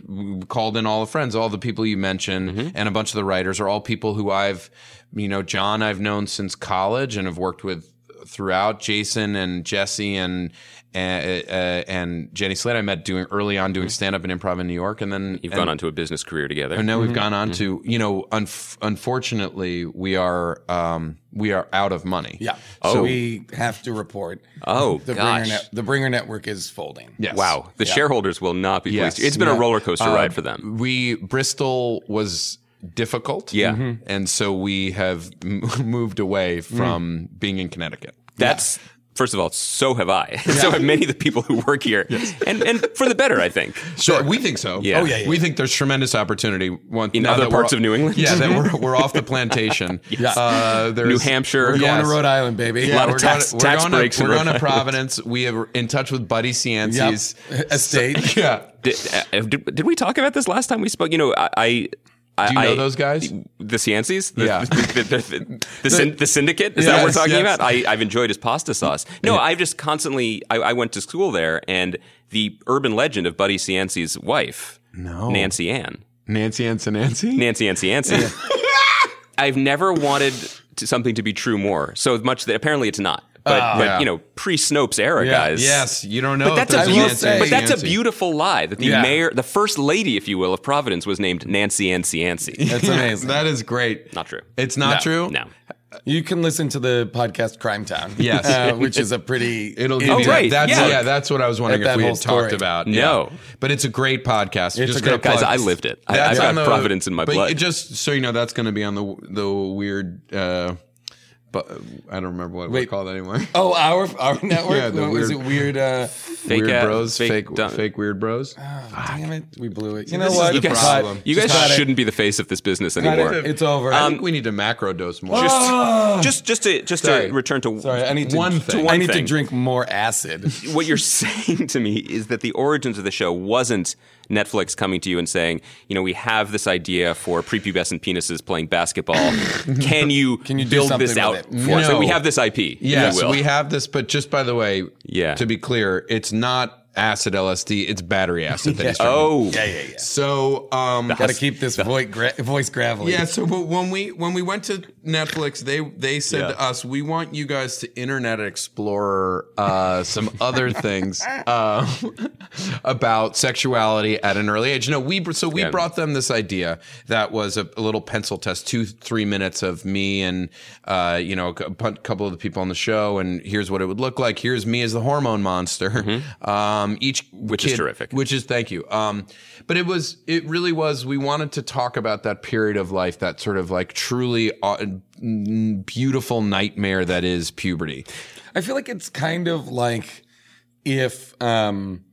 [SPEAKER 5] called in all the friends, all the people you mentioned,
[SPEAKER 1] Mm-hmm.
[SPEAKER 5] and a bunch of the writers are all people who I've, you know, John I've known since college and have worked with throughout Jason and Jesse and and, uh, and Jenny Slate I met doing early on doing stand up and improv in New York, and then
[SPEAKER 1] You've
[SPEAKER 5] and-
[SPEAKER 1] gone on Mm-hmm. to a business career together.
[SPEAKER 5] and now we've gone on to you know unf- unfortunately we are um, we are out of money.
[SPEAKER 4] Yeah.
[SPEAKER 1] Oh.
[SPEAKER 4] So we have to report.
[SPEAKER 1] Oh,
[SPEAKER 4] the
[SPEAKER 1] gosh.
[SPEAKER 4] Bringer net, the Bringer Network is folding.
[SPEAKER 5] Yes.
[SPEAKER 1] Wow, the shareholders will not be
[SPEAKER 5] Yes.
[SPEAKER 1] pleased. It's been a
[SPEAKER 5] Yeah.
[SPEAKER 1] roller coaster
[SPEAKER 5] Uh,
[SPEAKER 1] ride for them.
[SPEAKER 5] We Bristol was difficult.
[SPEAKER 1] Yeah. Mhm.
[SPEAKER 5] And so we have m- moved away from being in Connecticut.
[SPEAKER 1] That's first of all, so have I. so have many of the people who work here, and and for the better, I think.
[SPEAKER 5] Sure. We think so.
[SPEAKER 1] Yeah. Oh,
[SPEAKER 4] yeah, yeah,
[SPEAKER 5] We think there's tremendous opportunity one,
[SPEAKER 1] In
[SPEAKER 5] now
[SPEAKER 1] other
[SPEAKER 5] that we're
[SPEAKER 1] parts
[SPEAKER 5] o-
[SPEAKER 1] of New England?
[SPEAKER 5] Yeah, that we're, we're off the plantation.
[SPEAKER 1] Yes.
[SPEAKER 5] uh, there's-
[SPEAKER 1] New Hampshire.
[SPEAKER 5] we're
[SPEAKER 1] We're
[SPEAKER 4] Going
[SPEAKER 5] yes.
[SPEAKER 4] to Rhode Island, baby.
[SPEAKER 5] Yeah,
[SPEAKER 1] lot of
[SPEAKER 5] we're
[SPEAKER 1] tax-
[SPEAKER 5] going,
[SPEAKER 1] tax
[SPEAKER 5] we're going
[SPEAKER 1] breaks
[SPEAKER 5] to,
[SPEAKER 1] in
[SPEAKER 5] we're going
[SPEAKER 1] Rhode
[SPEAKER 5] to
[SPEAKER 1] Island.
[SPEAKER 5] Providence. We have in touch with Buddy
[SPEAKER 4] Yep.
[SPEAKER 5] Cianci's.
[SPEAKER 4] Estate.
[SPEAKER 5] Yeah.
[SPEAKER 1] Did, uh, did, did we talk about this last time we spoke? You know, I. I
[SPEAKER 5] Do you know those guys?
[SPEAKER 1] The Ciancies? The,
[SPEAKER 5] Yeah.
[SPEAKER 1] The, the, the, the syn- the syndicate? Is that what we're
[SPEAKER 5] Yes,
[SPEAKER 1] talking
[SPEAKER 5] yes.
[SPEAKER 1] about? I, I've enjoyed his pasta sauce. No, I've just constantly, I, I went to school there, and the urban legend of Buddy Cianci's wife,
[SPEAKER 5] No.
[SPEAKER 1] Nancy Ann,
[SPEAKER 5] Nancy and Nancy.
[SPEAKER 1] Nancy Nancy Nancy. I've never wanted to, something to be true more. So much that apparently it's not. But, but
[SPEAKER 5] Ah. Yeah.
[SPEAKER 1] you know, pre Snopes era, guys.
[SPEAKER 5] Yes, you don't know.
[SPEAKER 1] But
[SPEAKER 5] if
[SPEAKER 1] that's, a
[SPEAKER 5] there's
[SPEAKER 4] I will
[SPEAKER 1] beautiful,
[SPEAKER 5] Nancy
[SPEAKER 4] say-
[SPEAKER 5] and
[SPEAKER 1] but that's a
[SPEAKER 5] Nancy.
[SPEAKER 1] beautiful lie that the
[SPEAKER 4] Yeah.
[SPEAKER 1] mayor, the first lady, if you will, of Providence was named Nancy Nancy Nancy.
[SPEAKER 4] That's amazing.
[SPEAKER 5] That is great.
[SPEAKER 1] Not true.
[SPEAKER 5] It's not
[SPEAKER 4] No,
[SPEAKER 5] true.
[SPEAKER 1] No.
[SPEAKER 4] You can listen to the podcast Crime Town.
[SPEAKER 5] Yes.
[SPEAKER 4] Uh, which is a pretty.
[SPEAKER 5] It'll give
[SPEAKER 4] in-depth-
[SPEAKER 5] you
[SPEAKER 1] Oh, right,
[SPEAKER 5] that's
[SPEAKER 1] yeah.
[SPEAKER 5] yeah. that's what I was wondering
[SPEAKER 4] At
[SPEAKER 5] if
[SPEAKER 4] that
[SPEAKER 5] we had
[SPEAKER 4] whole story.
[SPEAKER 5] talked about.
[SPEAKER 1] No.
[SPEAKER 5] Yeah. But it's a great podcast.
[SPEAKER 4] It's
[SPEAKER 5] just
[SPEAKER 4] a great-
[SPEAKER 5] gonna plug-
[SPEAKER 1] Guys, I lived it. I-
[SPEAKER 5] That's
[SPEAKER 1] I've got
[SPEAKER 5] on the-
[SPEAKER 1] Providence in my
[SPEAKER 5] but
[SPEAKER 1] blood.
[SPEAKER 5] it just so you know that's going to be on the the weird uh but I don't remember what we're
[SPEAKER 4] Wait.
[SPEAKER 5] called anymore.
[SPEAKER 4] Oh, our our network.
[SPEAKER 5] Yeah, the
[SPEAKER 4] what was it
[SPEAKER 5] weird-
[SPEAKER 4] weird? Uh,
[SPEAKER 1] Fake
[SPEAKER 5] weird
[SPEAKER 1] ad-
[SPEAKER 5] bros,
[SPEAKER 1] fake
[SPEAKER 5] fake
[SPEAKER 1] dumb-
[SPEAKER 5] fake, weird bros.
[SPEAKER 4] damn it, we blew it. You know
[SPEAKER 5] this is
[SPEAKER 4] what?
[SPEAKER 5] the
[SPEAKER 1] You guys,
[SPEAKER 5] problem.
[SPEAKER 1] you guys
[SPEAKER 4] Got it.
[SPEAKER 1] shouldn't be the face of this business
[SPEAKER 4] Got it.
[SPEAKER 1] anymore.
[SPEAKER 4] It's over.
[SPEAKER 5] I think we need to macro dose more.
[SPEAKER 1] Um,
[SPEAKER 5] Ah.
[SPEAKER 1] Just, just, just to, just to
[SPEAKER 5] Sorry.
[SPEAKER 1] return to
[SPEAKER 4] Ah! Sorry, I need to,
[SPEAKER 5] One thing.
[SPEAKER 4] I
[SPEAKER 1] One
[SPEAKER 4] need
[SPEAKER 1] thing.
[SPEAKER 4] to drink more acid.
[SPEAKER 1] what you're saying to me is that the origins of the show wasn't Netflix coming to you and saying, you know, we have this idea for prepubescent penises playing basketball. Can you
[SPEAKER 4] you do
[SPEAKER 1] build
[SPEAKER 4] something
[SPEAKER 1] this
[SPEAKER 4] with
[SPEAKER 1] out
[SPEAKER 4] it?
[SPEAKER 1] for us? So
[SPEAKER 5] No.
[SPEAKER 1] we have this IP. if you
[SPEAKER 5] Yes,
[SPEAKER 1] will.
[SPEAKER 5] we have this, but just by the way,
[SPEAKER 1] Yeah.
[SPEAKER 5] to be clear, it's not acid LSD, it's battery acid. that he's drinking.
[SPEAKER 1] Oh,
[SPEAKER 4] yeah, yeah, yeah.
[SPEAKER 5] So um
[SPEAKER 4] Got to keep this voice, gra- voice gravelly.
[SPEAKER 5] Yeah, so but when we when we went to Netflix, they they said to
[SPEAKER 1] Yeah.
[SPEAKER 5] us, "We want you guys to Internet Explorer uh, some other things uh, about sexuality at an early age." No, we br- so we
[SPEAKER 1] Yeah.
[SPEAKER 5] brought them this idea that was a, a little pencil test, two three minutes of me and uh, you know a cou- pun- couple of the people on the show, and here's what it would look like. Here's me as the hormone monster. Um, each
[SPEAKER 1] Mm-hmm. Which is terrific.
[SPEAKER 5] which is thank you. Um, but it was, it really was. We wanted to talk about that period of life, that sort of like truly aw- n- beautiful nightmare that is puberty.
[SPEAKER 4] I feel like it's kind of like if um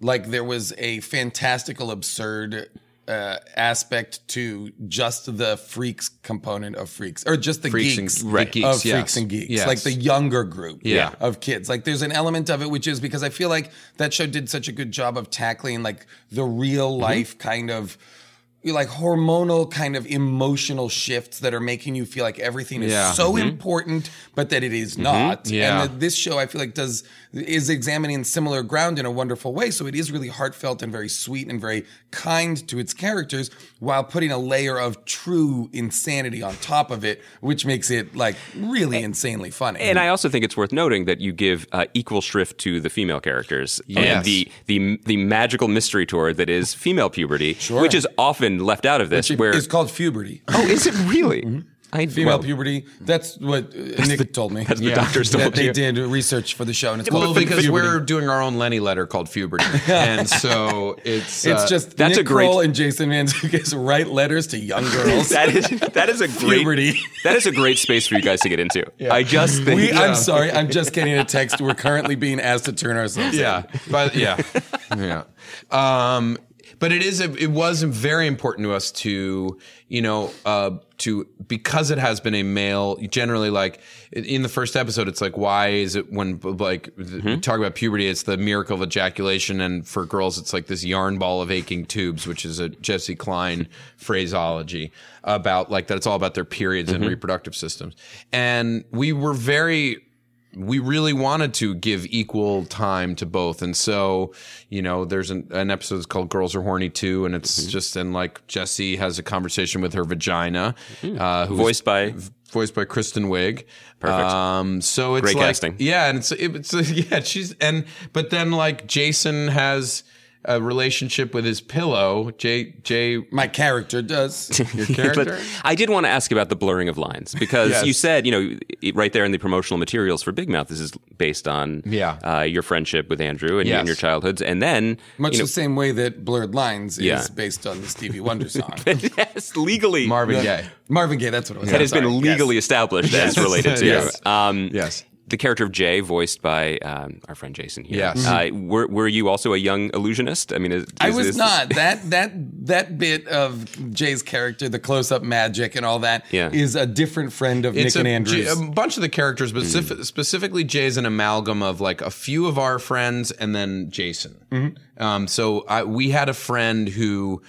[SPEAKER 4] like there was a fantastical absurd uh aspect to just the freaks component of freaks or just the
[SPEAKER 5] Freaks and-
[SPEAKER 4] geeks
[SPEAKER 5] the Right. geeks,
[SPEAKER 4] of
[SPEAKER 5] yes.
[SPEAKER 4] freaks and geeks
[SPEAKER 5] Yes.
[SPEAKER 4] like the younger group
[SPEAKER 5] Yeah.
[SPEAKER 4] of kids like there's an element of it which is because I feel like that show did such a good job of tackling like the real
[SPEAKER 5] Mm-hmm.
[SPEAKER 4] life kind of like hormonal kind of emotional shifts that are making you feel like everything is
[SPEAKER 5] Yeah. Mm-hmm.
[SPEAKER 4] so so important, but that it is not.
[SPEAKER 5] Yeah.
[SPEAKER 4] And that this show, I feel like, does is examining similar ground in a wonderful way. So it is really heartfelt and very sweet and very kind to its characters, while putting a layer of true insanity on top of it, which makes it like really insanely funny.
[SPEAKER 1] And I also think it's worth noting that you give uh, equal shrift to the female characters and
[SPEAKER 5] Yes.
[SPEAKER 1] the, the the magical mystery tour that is female puberty, which is often left out of this. where
[SPEAKER 4] it's called puberty.
[SPEAKER 1] oh, is it really? I
[SPEAKER 4] Female
[SPEAKER 1] well,
[SPEAKER 4] puberty. That's what uh, Nick told me.
[SPEAKER 1] That's what the
[SPEAKER 5] Yeah.
[SPEAKER 1] doctors told
[SPEAKER 4] that they
[SPEAKER 1] you.
[SPEAKER 4] did research for the show, and it's
[SPEAKER 5] Well,
[SPEAKER 4] called
[SPEAKER 5] because
[SPEAKER 4] puberty.
[SPEAKER 5] we're doing our own Lenny letter called puberty, and so it's
[SPEAKER 4] It's
[SPEAKER 5] uh,
[SPEAKER 4] just
[SPEAKER 1] that's
[SPEAKER 4] Nick
[SPEAKER 1] a great-
[SPEAKER 4] Kroll and Jason Manzukis write letters to young girls.
[SPEAKER 1] That is that is a great
[SPEAKER 4] Puberty.
[SPEAKER 1] that is a great space for you guys to get into. I just think
[SPEAKER 4] We, I'm sorry, I'm just getting a text. We're currently being asked to turn ourselves. in.
[SPEAKER 5] yeah, but yeah, yeah. Um, but it is a, it was very important to us to you know uh, to because it has been a male generally like in the first episode it's like why is it when like we talk about puberty it's the miracle of ejaculation and for girls it's like this yarn ball of aching tubes which is a Jesse Klein phraseology about like that it's all about their periods and reproductive systems and we were very we really wanted to give equal time to both. And so, you know, there's an, an episode that's called Girls Are Horny Too, and it's
[SPEAKER 1] Mm-hmm.
[SPEAKER 5] just, and like Jesse has a conversation with her vagina, uh,
[SPEAKER 1] Mm-hmm.
[SPEAKER 5] who's
[SPEAKER 1] Voiced by
[SPEAKER 5] voiced by Kristen Wiig.
[SPEAKER 1] Perfect.
[SPEAKER 5] Um, so it's
[SPEAKER 1] Great
[SPEAKER 5] like,
[SPEAKER 1] casting.
[SPEAKER 5] Yeah, and it's it's yeah. She's and but then like Jason has a relationship with his pillow. J J
[SPEAKER 4] My character does.
[SPEAKER 5] your
[SPEAKER 1] but
[SPEAKER 5] character.
[SPEAKER 1] I did want to ask about the blurring of lines because
[SPEAKER 5] Yes.
[SPEAKER 1] you said, you know, it- right there in the promotional materials for Big Mouth, this is based on
[SPEAKER 5] Yeah.
[SPEAKER 1] uh, your friendship with Andrew and,
[SPEAKER 5] Yes.
[SPEAKER 1] and your childhoods. And then,
[SPEAKER 4] Much
[SPEAKER 1] you know,
[SPEAKER 4] the same way that Blurred Lines
[SPEAKER 1] Yeah.
[SPEAKER 4] is based on the Stevie Wonder song.
[SPEAKER 1] yes, legally,
[SPEAKER 5] Marvin
[SPEAKER 4] Yeah.
[SPEAKER 5] Gaye.
[SPEAKER 4] Marvin Gaye, that's what it was.
[SPEAKER 1] that has
[SPEAKER 4] I'm
[SPEAKER 1] been
[SPEAKER 4] sorry. Yes.
[SPEAKER 1] legally established as related to.
[SPEAKER 5] Yes.
[SPEAKER 1] Um,
[SPEAKER 5] Yes.
[SPEAKER 1] The character of Jay, voiced by um, our friend Jason here.
[SPEAKER 5] Yes.
[SPEAKER 1] Uh, were, were you also a young illusionist? I mean, is,
[SPEAKER 4] I
[SPEAKER 1] is
[SPEAKER 4] was
[SPEAKER 1] this-
[SPEAKER 4] not that that that bit of Jay's character, the close-up magic and all that, is
[SPEAKER 1] Yeah.
[SPEAKER 4] a different friend of
[SPEAKER 5] It's
[SPEAKER 4] Nick and
[SPEAKER 5] a,
[SPEAKER 4] Andrew's.
[SPEAKER 5] J- um, a bunch of the characters, but specif- specifically Jay's an amalgam of like a few of our friends and then Jason. Um, so I, we had a friend who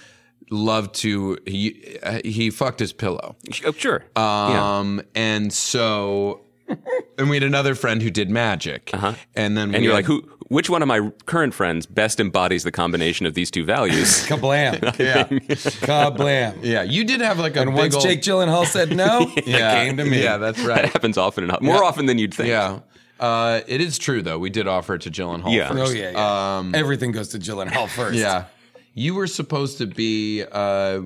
[SPEAKER 5] loved to he, uh, he fucked his pillow.
[SPEAKER 1] Oh, sure. yeah.
[SPEAKER 5] Um, and so, and we had another friend who did magic, and then we
[SPEAKER 1] And you're
[SPEAKER 5] had-
[SPEAKER 1] like, who? Which one of my current friends best embodies the combination of these two values?
[SPEAKER 4] Kablam!
[SPEAKER 5] Yeah,
[SPEAKER 4] Kablam!
[SPEAKER 5] yeah. You did have like a
[SPEAKER 4] And
[SPEAKER 5] big
[SPEAKER 4] once
[SPEAKER 5] old,
[SPEAKER 4] Jake Gyllenhaal said no,
[SPEAKER 5] yeah,
[SPEAKER 4] it came to me.
[SPEAKER 5] Yeah, that's
[SPEAKER 1] that
[SPEAKER 5] right.
[SPEAKER 1] happens often enough, more
[SPEAKER 5] Yeah.
[SPEAKER 1] often than you'd think.
[SPEAKER 5] yeah, uh, it is true though. We did offer it to Gyllenhaal
[SPEAKER 1] Yeah.
[SPEAKER 5] first.
[SPEAKER 4] Oh yeah, yeah. Everything goes to Gyllenhaal first.
[SPEAKER 5] Yeah, you were supposed to be uh,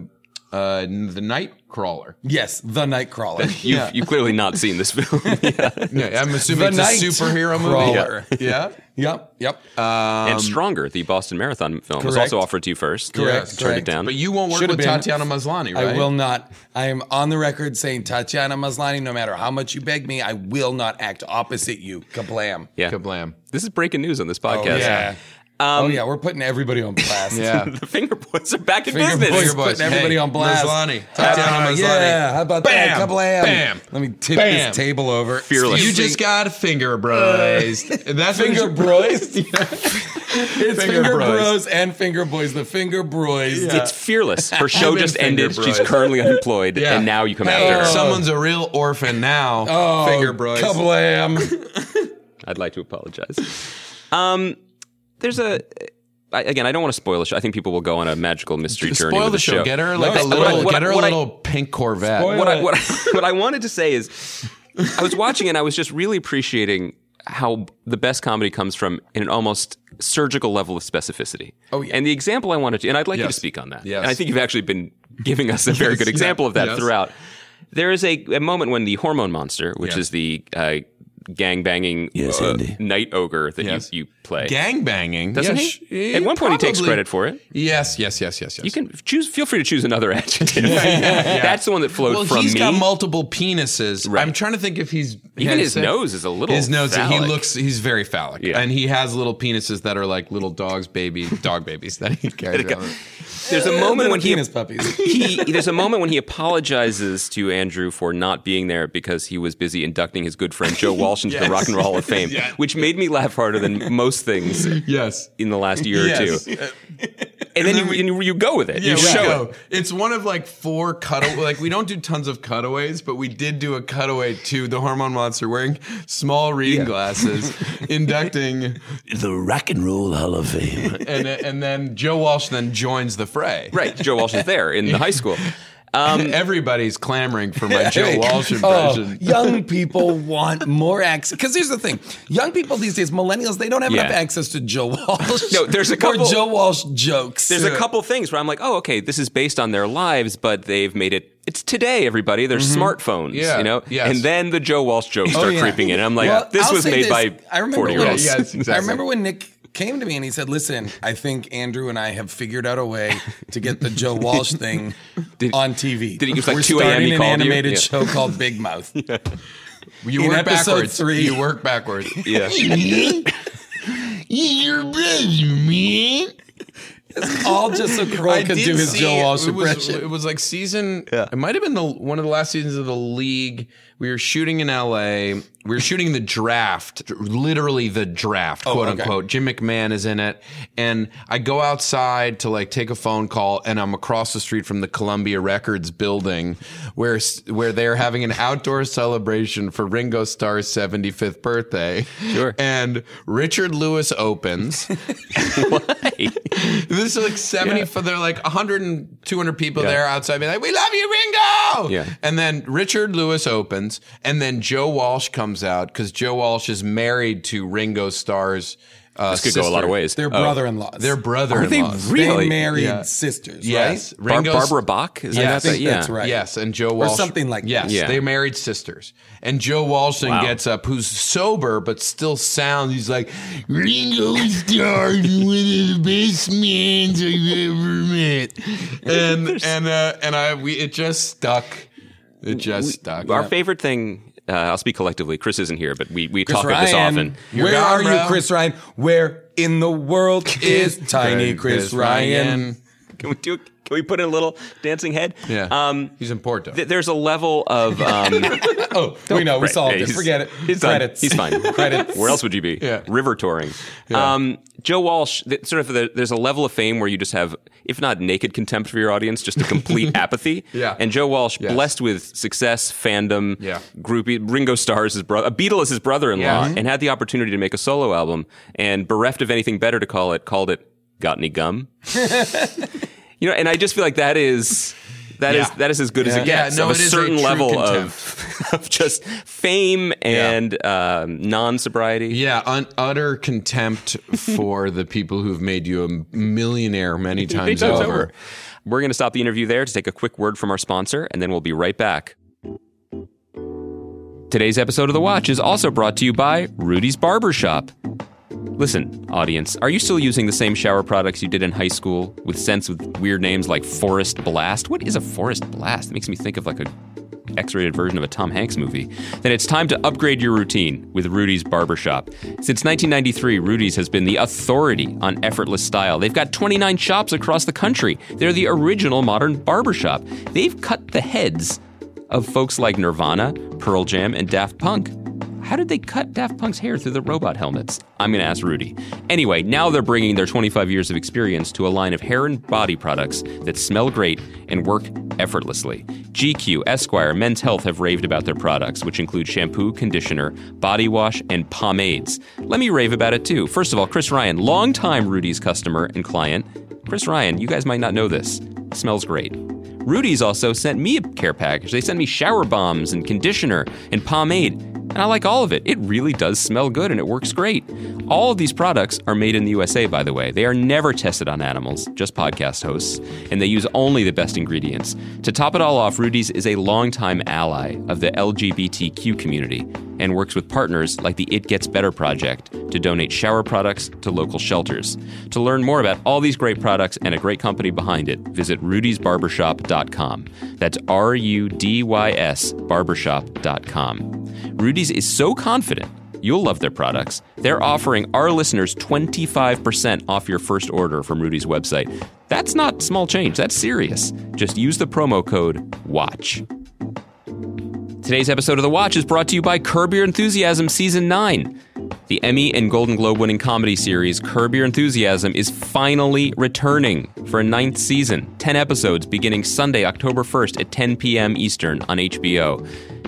[SPEAKER 5] uh, the night crawler.
[SPEAKER 4] Yes, the Nightcrawler.
[SPEAKER 1] You've, you've clearly not seen this film. Yeah.
[SPEAKER 5] Yeah, I'm assuming
[SPEAKER 4] The
[SPEAKER 5] it's a
[SPEAKER 4] Night
[SPEAKER 5] superhero
[SPEAKER 4] Crawler.
[SPEAKER 5] movie. Yeah.
[SPEAKER 4] yep, yep. Uh,
[SPEAKER 5] Um,
[SPEAKER 1] and Stronger, the Boston Marathon film, was
[SPEAKER 4] correct.
[SPEAKER 1] also offered to you first.
[SPEAKER 4] Correct,
[SPEAKER 1] Turned it
[SPEAKER 4] correct.
[SPEAKER 1] down.
[SPEAKER 5] But you won't work
[SPEAKER 4] Should've
[SPEAKER 5] with
[SPEAKER 4] been.
[SPEAKER 5] Tatiana Maslany, right?
[SPEAKER 4] I will not. I am on the record saying Tatiana Maslany. No matter how much you beg me, I will not act opposite you. Kablam!
[SPEAKER 1] yeah.
[SPEAKER 5] Kablam.
[SPEAKER 1] This is breaking news on this podcast.
[SPEAKER 4] yeah. oh yeah, we're putting everybody on blast.
[SPEAKER 5] Um, Yeah.
[SPEAKER 1] the Finger Boys are back in
[SPEAKER 4] Finger
[SPEAKER 1] business.
[SPEAKER 4] Boys. Putting everybody on blast.
[SPEAKER 5] Maslany.
[SPEAKER 4] Ah,
[SPEAKER 5] Tatiana Maslany.
[SPEAKER 4] yeah, how about
[SPEAKER 5] Bam,
[SPEAKER 4] that? Kablam!
[SPEAKER 5] bam,
[SPEAKER 4] Let me tip
[SPEAKER 5] bam.
[SPEAKER 4] this table over.
[SPEAKER 1] Fearless.
[SPEAKER 5] You
[SPEAKER 1] Excuse
[SPEAKER 5] just got finger bros. That's what
[SPEAKER 4] finger
[SPEAKER 5] you-
[SPEAKER 4] bros. It's
[SPEAKER 5] Finger
[SPEAKER 4] finger,
[SPEAKER 5] bros.
[SPEAKER 4] bros. and finger boys. The finger bros.
[SPEAKER 1] It's fearless. Her show
[SPEAKER 5] I've been
[SPEAKER 1] just
[SPEAKER 5] Finger
[SPEAKER 1] ended. She's
[SPEAKER 5] Boys.
[SPEAKER 1] currently unemployed,
[SPEAKER 5] Yeah.
[SPEAKER 1] and now you come
[SPEAKER 5] Hey,
[SPEAKER 1] after her.
[SPEAKER 5] someone's a real orphan now.
[SPEAKER 4] Oh,
[SPEAKER 5] finger bros.
[SPEAKER 4] Kablam!
[SPEAKER 1] I'd like to apologize. Um, there's a. I, again, I don't want to spoil the show. I think people will go on a magical mystery
[SPEAKER 5] Just
[SPEAKER 1] journey.
[SPEAKER 5] Spoil
[SPEAKER 1] with
[SPEAKER 5] the show. Get her like
[SPEAKER 1] No,
[SPEAKER 5] a
[SPEAKER 1] what I-
[SPEAKER 5] little,
[SPEAKER 1] what I-
[SPEAKER 5] get her a
[SPEAKER 1] what I-
[SPEAKER 5] little pink Corvette.
[SPEAKER 4] Spoil-
[SPEAKER 1] what I, what, I, what I wanted to say is, I was watching and I was just really appreciating how the best comedy comes from in an almost surgical level of specificity. Oh
[SPEAKER 5] yeah.
[SPEAKER 1] And the example I wanted to, and I'd like you to
[SPEAKER 5] Yes.
[SPEAKER 1] speak on that.
[SPEAKER 5] Yes.
[SPEAKER 1] And I think you've actually been giving us a very
[SPEAKER 5] Yes,
[SPEAKER 1] good
[SPEAKER 5] yeah.
[SPEAKER 1] example of that
[SPEAKER 5] Yes.
[SPEAKER 1] throughout. There is a, a moment when the hormone monster, which
[SPEAKER 5] Yes.
[SPEAKER 1] is the uh, gang banging uh, night ogre that
[SPEAKER 5] Yes.
[SPEAKER 1] you, you play.
[SPEAKER 5] Gang banging.
[SPEAKER 1] Doesn't
[SPEAKER 5] Yes,
[SPEAKER 1] he? At one point, he takes
[SPEAKER 5] probably.
[SPEAKER 1] credit for it.
[SPEAKER 5] Yes, yes, yes, yes, yes.
[SPEAKER 1] You can choose. Feel free to choose another adjective. That's the one that flowed
[SPEAKER 5] well,
[SPEAKER 1] from
[SPEAKER 5] he's
[SPEAKER 1] me.
[SPEAKER 5] got multiple penises.
[SPEAKER 1] Right.
[SPEAKER 5] I'm trying to think if he's
[SPEAKER 1] Even
[SPEAKER 5] had
[SPEAKER 1] his
[SPEAKER 5] sex-
[SPEAKER 1] nose is a little.
[SPEAKER 5] His nose. He
[SPEAKER 1] phallic.
[SPEAKER 5] looks. He's very phallic,
[SPEAKER 1] Yeah.
[SPEAKER 5] and he has little penises that are like little dogs, baby dog babies that he carries. around.
[SPEAKER 1] There's a moment when he,
[SPEAKER 4] penis puppies.
[SPEAKER 1] he there's a moment when he apologizes to Andrew for not being there because he was busy inducting his good friend Joe Walsh into the Rock and Roll Hall of Fame, which made me laugh harder than most things
[SPEAKER 5] Yes.
[SPEAKER 1] in the last year or two. And, then, you, and you go with it.
[SPEAKER 5] Uh, Yeah,
[SPEAKER 1] you
[SPEAKER 5] we
[SPEAKER 1] show
[SPEAKER 5] go.
[SPEAKER 1] it.
[SPEAKER 5] It's one of like four cutaway. like we don't do tons of cutaways, but we did do a cutaway to the hormone monster wearing small reading glasses, inducting,
[SPEAKER 6] the Rock and Roll Hall of Fame.
[SPEAKER 5] and and then Joe Walsh then joins the fray.
[SPEAKER 1] Right, Joe Walsh is there in the high school. Um,
[SPEAKER 5] Everybody's clamoring for my Joe Walsh
[SPEAKER 4] Oh,
[SPEAKER 5] impression.
[SPEAKER 4] young people want more access. Because here's the thing: young people these days, millennials, they don't have enough
[SPEAKER 1] Yeah.
[SPEAKER 4] access to Joe Walsh.
[SPEAKER 1] No, there's a couple-
[SPEAKER 4] or Joe Walsh jokes.
[SPEAKER 1] there's a couple things where I'm like, oh, okay, this is based on their lives, but they've made it. It's today, everybody. There's smartphones,
[SPEAKER 5] Yeah,
[SPEAKER 1] you know.
[SPEAKER 5] yes.
[SPEAKER 1] And then the Joe Walsh jokes start
[SPEAKER 4] yeah.
[SPEAKER 1] creeping in. I'm like,
[SPEAKER 4] Well,
[SPEAKER 1] this
[SPEAKER 4] I'll
[SPEAKER 1] was
[SPEAKER 4] say
[SPEAKER 1] made
[SPEAKER 4] this.
[SPEAKER 1] by
[SPEAKER 4] I remember
[SPEAKER 1] forty
[SPEAKER 4] when-
[SPEAKER 1] year olds.
[SPEAKER 5] Yeah, yes, exactly.
[SPEAKER 4] I remember when Nick came to me and he said, "Listen, I think Andrew and I have figured out a way to get the Joe Walsh thing on TV.
[SPEAKER 1] did he- it was like
[SPEAKER 4] We're
[SPEAKER 1] 2 a.m. he
[SPEAKER 4] starting an
[SPEAKER 1] called you?
[SPEAKER 4] animated
[SPEAKER 1] Yeah.
[SPEAKER 4] show called Big Mouth.
[SPEAKER 5] You
[SPEAKER 4] In
[SPEAKER 5] work
[SPEAKER 4] episode
[SPEAKER 5] backwards.
[SPEAKER 4] three.
[SPEAKER 5] You work backwards.
[SPEAKER 1] Yeah.
[SPEAKER 4] All just so Kroll could do his Joe Walsh
[SPEAKER 5] it was,
[SPEAKER 4] impression.
[SPEAKER 5] It was like season. It might have been the one of the last seasons of the league. We were shooting in L.A. We're shooting the draft, literally the draft, quote
[SPEAKER 4] Oh, okay.
[SPEAKER 5] unquote. Jim McMahon is in it. And I go outside to like take a phone call and I'm across the street from the Columbia Records building where where they're having an outdoor celebration for Ringo Starr's 75th birthday.
[SPEAKER 1] Sure.
[SPEAKER 5] And Richard Lewis opens. This is like 70, for they're like 100 and 200 people
[SPEAKER 1] Yeah.
[SPEAKER 5] there outside being like, we love you, Ringo.
[SPEAKER 1] Yeah.
[SPEAKER 5] And then Richard Lewis opens and then Joe Walsh comes out because Joe Walsh is married to Ringo Starr's uh,
[SPEAKER 1] This could go a lot of
[SPEAKER 5] sister.
[SPEAKER 1] ways. Oh.
[SPEAKER 4] Their brother-in-laws.
[SPEAKER 5] Their
[SPEAKER 1] Are they
[SPEAKER 5] brother-in-law.
[SPEAKER 4] they
[SPEAKER 1] really?
[SPEAKER 4] married
[SPEAKER 7] Yeah.
[SPEAKER 4] sisters,
[SPEAKER 5] Yes.
[SPEAKER 4] right?
[SPEAKER 1] Bar-
[SPEAKER 5] Ringo's-
[SPEAKER 1] Barbara Bach? Is
[SPEAKER 5] Yes.
[SPEAKER 1] that
[SPEAKER 5] I
[SPEAKER 1] right?
[SPEAKER 4] think
[SPEAKER 1] Yeah.
[SPEAKER 4] that's right.
[SPEAKER 5] Yes, and Joe Walsh
[SPEAKER 4] something like that.
[SPEAKER 5] yes,
[SPEAKER 1] Yeah.
[SPEAKER 5] they married sisters, and Joe Walsh then gets up, who's sober but still sound. He's like Ringo Starr, is one of the best men I've ever met, and and uh, and I we it just stuck, it just stuck.
[SPEAKER 1] Our
[SPEAKER 5] Yeah.
[SPEAKER 1] favorite thing, uh, I'll speak collectively. Chris isn't here, but we, we
[SPEAKER 4] Chris
[SPEAKER 1] talk of this
[SPEAKER 4] Ryan,
[SPEAKER 1] often.
[SPEAKER 4] Where
[SPEAKER 5] gone,
[SPEAKER 4] are
[SPEAKER 5] bro.
[SPEAKER 4] you, Chris Ryan? Where in the world is tiny Chris, Ryan?
[SPEAKER 1] Can we do? Can we put in a little dancing head?
[SPEAKER 5] Yeah,
[SPEAKER 1] Um,
[SPEAKER 5] he's in Porto.
[SPEAKER 1] th- there's a level of. Um,
[SPEAKER 4] Oh, we know. We
[SPEAKER 1] Right.
[SPEAKER 4] solved
[SPEAKER 1] Yeah,
[SPEAKER 4] it.
[SPEAKER 1] he's-
[SPEAKER 4] Forget it.
[SPEAKER 1] He's done.
[SPEAKER 4] Credits.
[SPEAKER 1] He's fine.
[SPEAKER 4] Credits.
[SPEAKER 1] Where else would you be?
[SPEAKER 5] Yeah.
[SPEAKER 1] River touring. Um, Joe Walsh, th- sort of, the, there's a level of fame where you just have, if not naked contempt for your audience, just a complete apathy.
[SPEAKER 5] Yeah.
[SPEAKER 1] And Joe Walsh,
[SPEAKER 5] Yes.
[SPEAKER 1] blessed with success, fandom,
[SPEAKER 5] Yeah.
[SPEAKER 1] groupie, Ringo Starr is his brother, Beatle is his brother-in-law,
[SPEAKER 5] Yeah.
[SPEAKER 1] and had the opportunity to make a solo album, and bereft of anything better to call it, called it "Got Any Gum." you know, and I just feel like that is. that is
[SPEAKER 5] Yeah.
[SPEAKER 1] that is as good as it
[SPEAKER 5] Yeah,
[SPEAKER 1] gets
[SPEAKER 5] no,
[SPEAKER 1] of a
[SPEAKER 5] it is a
[SPEAKER 1] certain
[SPEAKER 5] true
[SPEAKER 1] level
[SPEAKER 5] contempt.
[SPEAKER 1] of of just fame and um, non-sobriety.
[SPEAKER 5] Yeah, un- utter contempt for the people who've made you a millionaire many times
[SPEAKER 1] Time's
[SPEAKER 5] over.
[SPEAKER 1] over. We're going to stop the interview there to take a quick word from our sponsor, and then we'll be right back. Today's episode of The Watch is also brought to you by Rudy's Barbershop. Listen, audience, are you still using the same shower products you did in high school with scents with weird names like Forest Blast? What is a Forest Blast? It makes me think of like a X-rated version of a Tom Hanks movie. Then it's time to upgrade your routine with Rudy's Barbershop. Since 1993, Rudy's has been the authority on effortless style. They've got 29 shops across the country. They're the original modern barbershop. They've cut the heads of folks like Nirvana, Pearl Jam, and Daft Punk. How did they cut Daft Punk's hair through the robot helmets? I'm going to ask Rudy. Anyway, now they're bringing their 25 years of experience to a line of hair and body products that smell great and work effortlessly. GQ, Esquire, Men's Health have raved about their products, which include shampoo, conditioner, body wash, and pomades. Let me rave about it too. First of all, Chris Ryan, longtime Rudy's customer and client. Chris Ryan, you guys might not know this, smells great. Rudy's also sent me a care package. They sent me shower bombs and conditioner and pomade, and I like all of it. It really does smell good and it works great. All of these products are made in the USA, by the way. They are never tested on animals, just podcast hosts, and they use only the best ingredients. To top it all off, Rudy's is a longtime ally of the LGBTQ community and works with partners like the It Gets Better Project to donate shower products to local shelters. To learn more about all these great products and a great company behind it, visit rudysbarbershop.com. That's R U D Y S barbershop.com. Rudy's is so confident you'll love their products. They're offering our listeners 25% off your first order from Rudy's website. That's not small change, that's serious. Just use the promo code WATCH. Today's episode of The Watch is brought to you by Curb Your Enthusiasm Season 9. The Emmy and Golden Globe winning comedy series Curb Your Enthusiasm is finally returning for a ninth season, 10 episodes beginning Sunday, October 1st at 10 p.m. Eastern on HBO.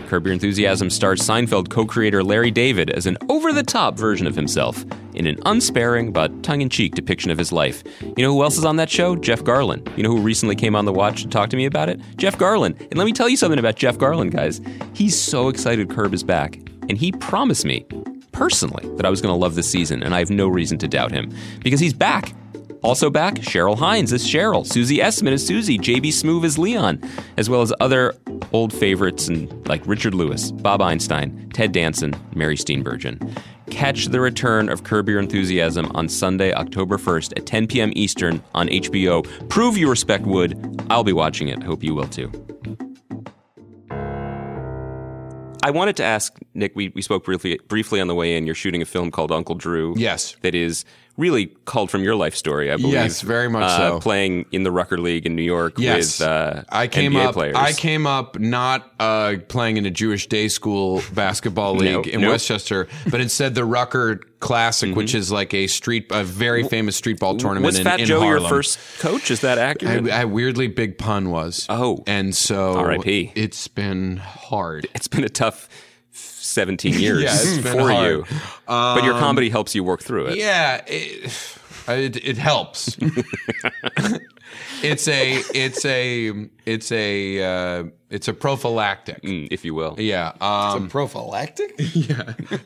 [SPEAKER 1] Curb Your Enthusiasm stars Seinfeld co creator Larry David as an over the top version of himself in an unsparing but tongue in cheek depiction of his life. You know who else is on that show? Jeff Garland. You know who recently came on The Watch to talk to me about it? Jeff Garland. And let me tell you something about Jeff Garland, guys. He's so excited Curb is back, and he promised me personally that I was going to love this season, and I have no reason to doubt him because he's back. Also back, Cheryl Hines is Cheryl, Susie Essman is Susie, JB Smoove is Leon, as well as other old favorites and like Richard Lewis, Bob Einstein, Ted Danson, Mary Steenburgen. Catch the return of Curb Your Enthusiasm on Sunday, October 1st at 10 p.m. Eastern on HBO. Prove you respect Wood. I'll be watching it. Hope you will too. I wanted to ask Nick. We, we spoke briefly briefly on the way in. You're shooting a film called Uncle Drew.
[SPEAKER 5] Yes.
[SPEAKER 1] that is really called from your life story, I believe.
[SPEAKER 5] Yes, very much
[SPEAKER 1] uh,
[SPEAKER 5] so.
[SPEAKER 1] Playing in the Rucker League in New York
[SPEAKER 5] Yes,
[SPEAKER 1] with uh,
[SPEAKER 5] I came
[SPEAKER 1] NBA
[SPEAKER 5] up.
[SPEAKER 1] players.
[SPEAKER 5] I came up not uh, playing in a Jewish day school basketball league
[SPEAKER 1] Nope,
[SPEAKER 5] in
[SPEAKER 1] nope. Mm-hmm.
[SPEAKER 5] Westchester, but instead the Rucker Classic, which is like a street, a very famous street ball tournament.
[SPEAKER 1] Was
[SPEAKER 5] in,
[SPEAKER 1] Fat
[SPEAKER 5] in
[SPEAKER 1] Joe your
[SPEAKER 5] Harlem.
[SPEAKER 1] first coach? Is that accurate?
[SPEAKER 5] I, I weirdly big pun was.
[SPEAKER 1] Oh.
[SPEAKER 5] and so
[SPEAKER 1] R.I.P..
[SPEAKER 5] It's been hard.
[SPEAKER 1] it's been a tough 17 years
[SPEAKER 5] Yeah, it's been
[SPEAKER 1] for
[SPEAKER 5] hard. Um,
[SPEAKER 1] you. but your comedy helps you work through it.
[SPEAKER 5] Yeah, it, it, it helps. it's a it's a it's a uh, it's a prophylactic.
[SPEAKER 1] Mm, If you will.
[SPEAKER 5] Yeah, um,
[SPEAKER 4] Prophylactic?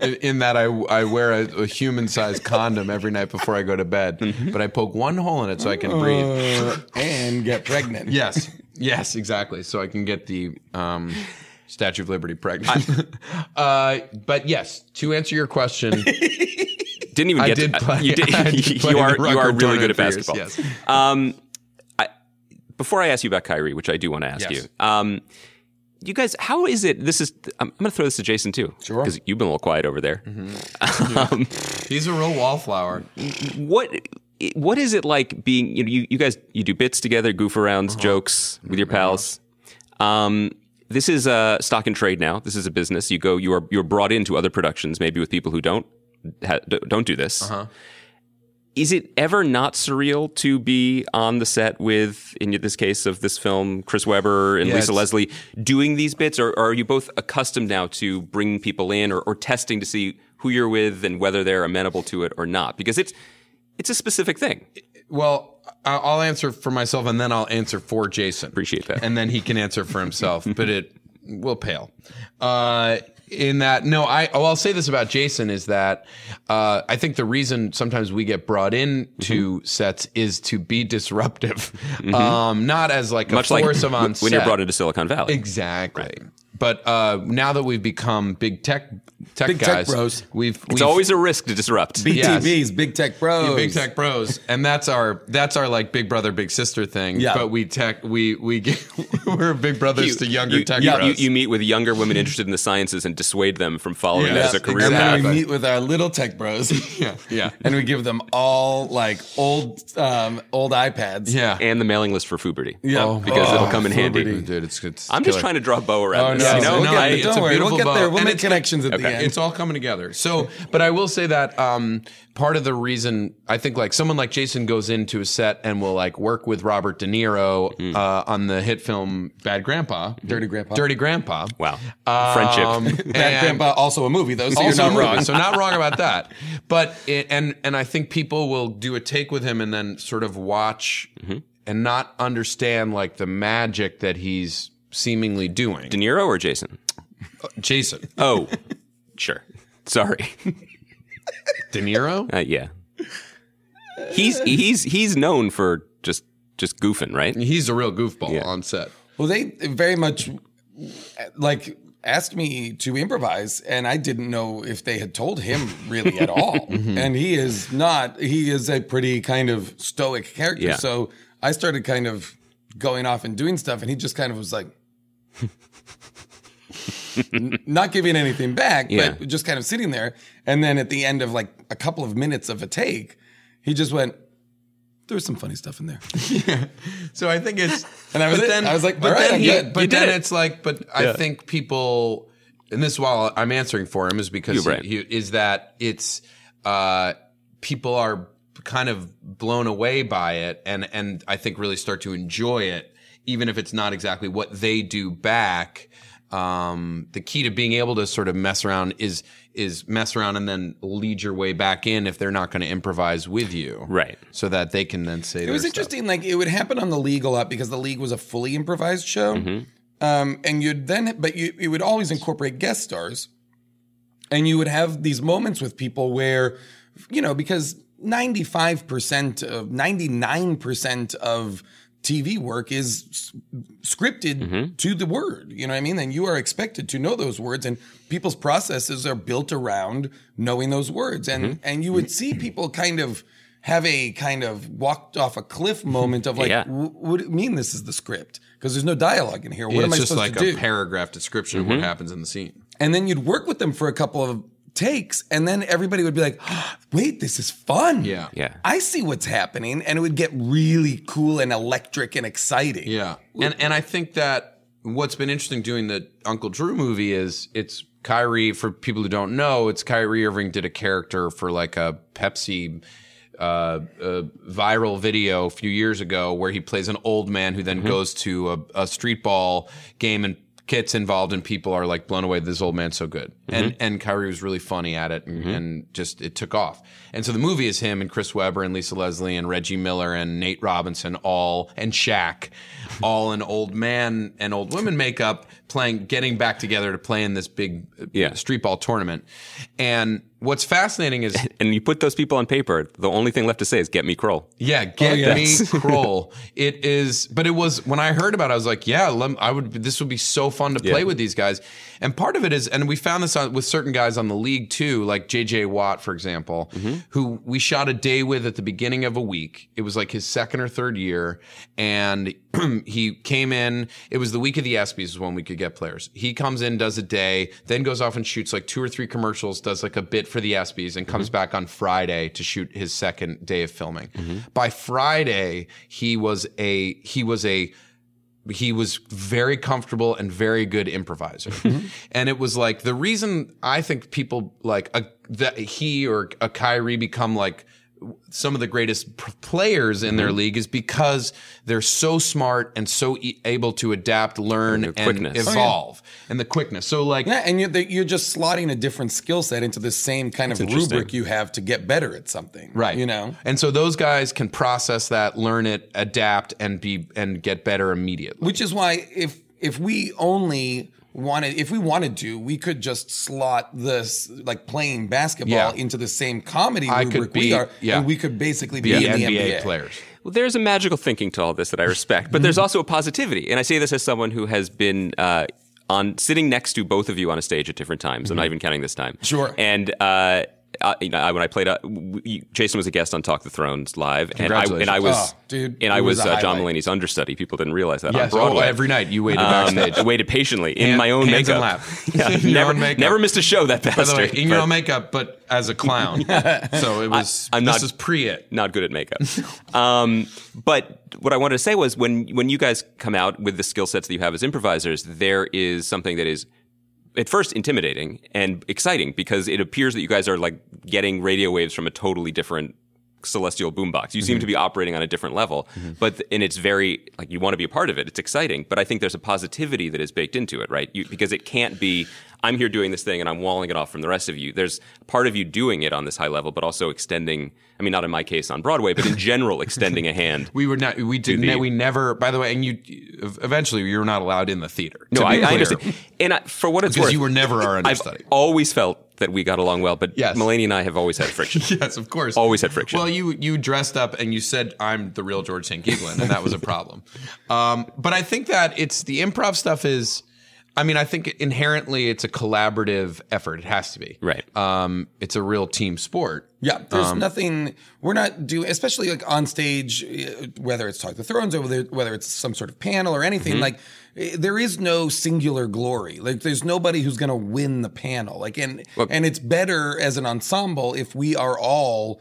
[SPEAKER 5] in in that I I wear a, a human sized condom every night before I go to bed,
[SPEAKER 1] Mm-hmm.
[SPEAKER 5] but I poke one hole in it so I can
[SPEAKER 1] Uh.
[SPEAKER 5] breathe.
[SPEAKER 4] and get pregnant.
[SPEAKER 5] Yes, yes, exactly. So I can get the um, Statue of Liberty pregnant. uh, but yes, to answer your question,
[SPEAKER 1] Didn't even
[SPEAKER 5] I
[SPEAKER 1] get
[SPEAKER 5] did
[SPEAKER 1] to, uh,
[SPEAKER 5] play-
[SPEAKER 1] you
[SPEAKER 5] I did play
[SPEAKER 1] you are
[SPEAKER 5] in the
[SPEAKER 1] you are
[SPEAKER 5] Rocker
[SPEAKER 1] really good
[SPEAKER 5] Donut
[SPEAKER 1] at
[SPEAKER 5] for years,
[SPEAKER 1] basketball.
[SPEAKER 5] yes.
[SPEAKER 1] Um, I, before I ask you about Kyrie, which I do want to ask
[SPEAKER 5] Yes.
[SPEAKER 1] you, um, you guys, how is it? This is I'm, I'm going to throw this to Jason too, sure, because you've been a little quiet over there. um,
[SPEAKER 5] he's a real wallflower.
[SPEAKER 1] what what is it like being you know you, you guys you do bits together, goof arounds,
[SPEAKER 5] Uh-huh.
[SPEAKER 1] jokes with your pals. Um, this is a stock and trade now. This is a business. You go. You are you're brought into other productions, maybe with people who don't ha, don't do this.
[SPEAKER 5] Uh-huh.
[SPEAKER 1] Is it ever not surreal to be on the set with, in this case of this film, Chris Webber and
[SPEAKER 5] Yeah,
[SPEAKER 1] Lisa
[SPEAKER 5] it's-
[SPEAKER 1] Leslie, doing these bits, or, or are you both accustomed now to bringing people in or, or testing to see who you're with and whether they're amenable to it or not? Because it's it's a specific thing.
[SPEAKER 5] Well, I- I'll answer for myself, and then I'll answer for Jason.
[SPEAKER 1] Appreciate that.
[SPEAKER 5] And then he can answer for himself, but it will pale. Uh, in that, no, I oh, I'll say this about Jason is that uh, I think the reason sometimes we get brought in
[SPEAKER 1] Mm-hmm.
[SPEAKER 5] to sets is to be disruptive, um, not as like a
[SPEAKER 1] Much like
[SPEAKER 5] force of on
[SPEAKER 1] when you're
[SPEAKER 5] set.
[SPEAKER 1] brought into Silicon Valley.
[SPEAKER 5] Exactly. But uh, now that we've become big tech tech
[SPEAKER 4] Big tech
[SPEAKER 5] guys,
[SPEAKER 4] bros.
[SPEAKER 5] we've we've
[SPEAKER 1] It's always a risk to disrupt.
[SPEAKER 5] Yes.
[SPEAKER 4] BTBs, big tech bros.
[SPEAKER 5] Big tech bros, and that's our that's our like big brother big sister thing.
[SPEAKER 4] Yeah.
[SPEAKER 5] but we tech we we get, we're big brothers to younger
[SPEAKER 1] you,
[SPEAKER 5] tech
[SPEAKER 1] you,
[SPEAKER 5] bros.
[SPEAKER 1] you- you meet with younger women interested in the sciences and dissuade them from following
[SPEAKER 5] Yeah.
[SPEAKER 1] that as a
[SPEAKER 5] Yes,
[SPEAKER 1] career
[SPEAKER 4] and then
[SPEAKER 1] path.
[SPEAKER 4] we meet with our little tech bros.
[SPEAKER 5] yeah, yeah,
[SPEAKER 4] And we give them all like old um, old iPads.
[SPEAKER 5] yeah. Oh,
[SPEAKER 1] And the mailing list for Fuberty.
[SPEAKER 4] Yeah.
[SPEAKER 1] because it'll come in handy.
[SPEAKER 5] Dude, it's, it's
[SPEAKER 1] I'm just trying to draw a bow around
[SPEAKER 5] Oh,
[SPEAKER 1] this.
[SPEAKER 5] no.
[SPEAKER 1] You know,
[SPEAKER 5] No,
[SPEAKER 4] we'll
[SPEAKER 1] I-
[SPEAKER 4] get,
[SPEAKER 5] it's a
[SPEAKER 4] don't worry, we'll
[SPEAKER 5] beautiful
[SPEAKER 4] get there.
[SPEAKER 5] bow.
[SPEAKER 4] We'll
[SPEAKER 5] And
[SPEAKER 4] make
[SPEAKER 5] it's-
[SPEAKER 4] connections at the
[SPEAKER 1] Okay.
[SPEAKER 4] end.
[SPEAKER 5] It's all coming together. So, but I will say that um, part of the reason I think like someone like Jason goes into a set and will like work with Robert De Niro
[SPEAKER 1] Mm.
[SPEAKER 5] uh, on the hit film Bad Grandpa,
[SPEAKER 4] Dirty Grandpa.
[SPEAKER 5] Dirty Grandpa.
[SPEAKER 1] Mm-hmm. wow,
[SPEAKER 5] Um,
[SPEAKER 1] friendship.
[SPEAKER 5] and-
[SPEAKER 4] Bad Grandpa, also a movie though, so
[SPEAKER 5] also
[SPEAKER 4] you're not
[SPEAKER 5] a movie,
[SPEAKER 4] wrong.
[SPEAKER 5] so not wrong about that. But it, and and I think people will do a take with him and then sort of watch and not understand like the magic that he's seemingly doing.
[SPEAKER 1] De Niro or Jason?
[SPEAKER 5] Jason
[SPEAKER 1] Oh, sure. Sorry.
[SPEAKER 5] De Niro.
[SPEAKER 1] Uh, yeah. He's he's he's known for just just goofing, right?
[SPEAKER 5] He's a real goofball on set.
[SPEAKER 4] Well, they very much like asked me to improvise, and I didn't know if they had told him really at all.
[SPEAKER 5] Mm-hmm.
[SPEAKER 4] And he is not, he is a pretty kind of stoic character.
[SPEAKER 1] Yeah.
[SPEAKER 4] So I started kind of going off and doing stuff, and he just kind of was like, N- not giving anything back,
[SPEAKER 1] Yeah.
[SPEAKER 4] but just kind of sitting there. And then at the end of like a couple of minutes of a take, he just went, there was some funny stuff in there.
[SPEAKER 5] So I think it's
[SPEAKER 4] And I was
[SPEAKER 5] but
[SPEAKER 4] it.
[SPEAKER 5] then,
[SPEAKER 4] I was like,
[SPEAKER 5] but
[SPEAKER 4] all right,
[SPEAKER 5] then,
[SPEAKER 4] I'm
[SPEAKER 5] he-
[SPEAKER 4] good.
[SPEAKER 5] but
[SPEAKER 4] You did
[SPEAKER 5] then
[SPEAKER 4] it.
[SPEAKER 5] it's like, but I think people, and this while I'm answering for him is because
[SPEAKER 1] You're right.
[SPEAKER 5] he, he- is that it's uh, people are kind of blown away by it, and and I think really start to enjoy it, even if it's not exactly what they do back. Um, the key to being able to sort of mess around is is mess around and then lead your way back in if they're not going to improvise with you,
[SPEAKER 1] Right.
[SPEAKER 5] So that they can then say
[SPEAKER 4] It was interesting. Like it would happen on the league a lot because the league was a fully improvised show, um, and you'd then, but you it would always incorporate guest stars, and you would have these moments with people where, you know, because ninety five percent of ninety nine percent of TV work is s- scripted
[SPEAKER 5] Mm-hmm.
[SPEAKER 4] to the word. You know what I mean? And you are expected to know those words, and people's processes are built around knowing those words. And
[SPEAKER 5] Mm-hmm.
[SPEAKER 4] and you would see people kind of have a kind of walked off a cliff moment of like,
[SPEAKER 1] Yeah.
[SPEAKER 4] w- what do you mean this is the script? Because there's no dialogue in here. What
[SPEAKER 5] Yeah,
[SPEAKER 4] am I
[SPEAKER 5] it's just
[SPEAKER 4] supposed
[SPEAKER 5] like
[SPEAKER 4] to
[SPEAKER 5] a
[SPEAKER 4] do?
[SPEAKER 5] paragraph description of what happens in the scene.
[SPEAKER 4] and then you'd work with them for a couple of takes, and then everybody would be like, "Wait, this is fun."
[SPEAKER 5] Yeah.
[SPEAKER 1] Yeah.
[SPEAKER 4] I see what's happening, and it would get really cool and electric and exciting.
[SPEAKER 5] Yeah. And and I think that what's been interesting doing the Uncle Drew movie is it's Kyrie for people who don't know, it's Kyrie Irving did a character for like a Pepsi uh, uh, viral video a few years ago where he plays an old man who then goes to a, a street ball game and gets involved and people are like blown away. This old man's so good, and and Kyrie was really funny at it, and, and just it took off. And so the movie is him and Chris Webber and Lisa Leslie and Reggie Miller and Nate Robinson all and Shaq, all in old man and old woman makeup playing, getting back together to play in this big uh,
[SPEAKER 1] Yeah.
[SPEAKER 5] street ball tournament. And what's fascinating is
[SPEAKER 1] And you put those people on paper. The only thing left to say is get me Kroll.
[SPEAKER 5] Yeah, get
[SPEAKER 4] yeah.
[SPEAKER 5] me Kroll. It is, but it was when I heard about it, I was like, yeah, lem, I would. This would be so fun to play with these guys. And part of it is, and we found this on, with certain guys on the league too, like JJ Watt, for example, who we shot a day with at the beginning of a week. It was like his second or third year, and he came in. It was the week of the ESPYS is when we could get players. He comes in, does a day, then goes off and shoots like two or three commercials, does like a bit for the ESPYS, and comes back on Friday to shoot his second day of filming. By Friday, he was a he was a he was very comfortable and very good improviser. and it was like the reason I think people like a, that he or a Kyrie become like some of the greatest p- players in their league is because they're so smart and so e- able to adapt, learn,
[SPEAKER 1] their
[SPEAKER 5] and,
[SPEAKER 1] quickness. Oh, yeah.
[SPEAKER 5] evolve, and the quickness. So like,
[SPEAKER 4] Yeah, and you're, you're just slotting a different skill set into the same kind of
[SPEAKER 1] interesting.
[SPEAKER 4] rubric you have to get better at something.
[SPEAKER 5] right
[SPEAKER 4] You know?
[SPEAKER 5] and so those guys can process that learn it adapt and be and get better immediately
[SPEAKER 4] Which is why if if we only wanted if we wanted to, we could just slot this like playing basketball
[SPEAKER 5] Yeah.
[SPEAKER 4] into the same comedy
[SPEAKER 5] I could
[SPEAKER 4] rubric we
[SPEAKER 5] be-
[SPEAKER 4] are,
[SPEAKER 5] yeah.
[SPEAKER 4] and we could basically be,
[SPEAKER 5] the
[SPEAKER 4] in the
[SPEAKER 5] NBA,
[SPEAKER 4] NBA,
[SPEAKER 5] players
[SPEAKER 1] Well, there's a magical thinking to all this that I respect, but there's also a positivity. And I say this as someone who has been uh, on sitting next to both of you on a stage at different times. I'm not even counting this time.
[SPEAKER 4] Sure.
[SPEAKER 1] And uh, I, you know, I, when I played, uh, w- you, Jason was a guest on Talk the Thrones live, and I and I was
[SPEAKER 4] Congratulations. Oh, dude,
[SPEAKER 1] and I
[SPEAKER 4] it was
[SPEAKER 1] was,
[SPEAKER 4] a
[SPEAKER 1] uh, John
[SPEAKER 4] highlight.
[SPEAKER 1] Mulaney's understudy. People didn't realize that on
[SPEAKER 5] yes oh,
[SPEAKER 1] Broadway
[SPEAKER 5] every night you waited
[SPEAKER 1] Um,
[SPEAKER 5] backstage
[SPEAKER 1] I waited patiently in
[SPEAKER 5] Hand-
[SPEAKER 1] my own
[SPEAKER 5] hands and
[SPEAKER 1] makeup.
[SPEAKER 5] lap.
[SPEAKER 1] Yeah,
[SPEAKER 5] In your
[SPEAKER 1] never,
[SPEAKER 5] own makeup.
[SPEAKER 1] never missed a show that bastard.
[SPEAKER 5] by the way in your
[SPEAKER 1] but
[SPEAKER 5] own makeup but as a clown so it was
[SPEAKER 1] I- I'm
[SPEAKER 5] this
[SPEAKER 1] not-
[SPEAKER 5] is pre it
[SPEAKER 1] not good at makeup. um, but what I wanted to say was when when you guys come out with the skill sets that you have as improvisers, there is something that is at first intimidating and exciting because it appears that you guys are like getting radio waves from a totally different celestial boombox. You
[SPEAKER 5] Mm-hmm.
[SPEAKER 1] seem to be operating on a different level, but th- and it's very like you want to be a part of it. It's exciting, but I think there's a positivity that is baked into it, right? You, because it can't be I'm here doing this thing and I'm walling it off from the rest of you. There's part of you doing it on this high level, but also extending. I mean, not in my case on Broadway, but in general, extending a hand.
[SPEAKER 5] we were not we did
[SPEAKER 1] the-
[SPEAKER 5] not we never by the way and you eventually you were not allowed in the theater
[SPEAKER 1] No,
[SPEAKER 5] to be
[SPEAKER 1] I, I
[SPEAKER 5] clear,
[SPEAKER 1] understand. And I, for what it's
[SPEAKER 5] because
[SPEAKER 1] worth,
[SPEAKER 5] you were never our
[SPEAKER 1] I've
[SPEAKER 5] understudy
[SPEAKER 1] always felt that we got along well, but
[SPEAKER 5] Yes.
[SPEAKER 1] Mulaney and I have always had friction.
[SPEAKER 5] Yes, of course.
[SPEAKER 1] Always had friction.
[SPEAKER 5] Well, you you dressed up and you said I'm the real George St. Giglin, and that was a problem. um, but I think that it's the improv stuff is, I mean, I think inherently it's a collaborative effort. It has to be
[SPEAKER 1] Right.
[SPEAKER 5] Um, it's a real team sport.
[SPEAKER 4] Yeah, there's
[SPEAKER 5] um,
[SPEAKER 4] nothing we're not doing, especially like on stage, uh, whether it's Talk the Thrones or whether, whether it's some sort of panel or anything.
[SPEAKER 5] Mm-hmm.
[SPEAKER 4] Like, eh, there is no singular glory. Like, there's nobody who's going to win the panel. Like, and and it's better as an ensemble if we are all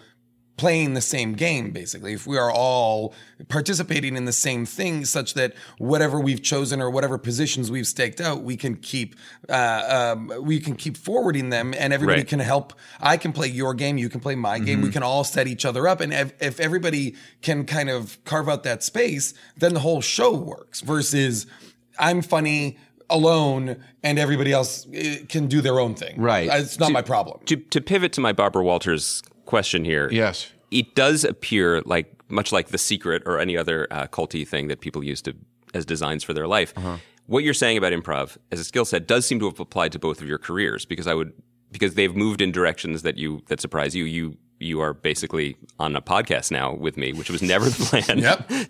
[SPEAKER 4] playing the same game basically if we are all participating in the same thing such that whatever we've chosen or whatever positions we've staked out we can keep uh, um, we can keep forwarding them and everybody
[SPEAKER 1] Right.
[SPEAKER 4] can help i can play your game you can play my game we can all set each other up and if, if everybody can kind of carve out that space then the whole show works versus i'm funny alone and everybody else eh, can do their own thing Uh,
[SPEAKER 5] Right.
[SPEAKER 4] it's not my problem
[SPEAKER 1] to, to pivot to my Barbara Walters question here.
[SPEAKER 5] Yes.
[SPEAKER 1] It does appear like, much like The Secret or any other uh, culty thing that people use to as designs for their life,
[SPEAKER 4] Uh-huh.
[SPEAKER 1] what you're saying about improv as a skill set does seem to have applied to both of your careers because I would, because they've moved in directions that you, that surprise you. You, you are basically on a podcast now with me, which was never the plan.
[SPEAKER 4] Yep.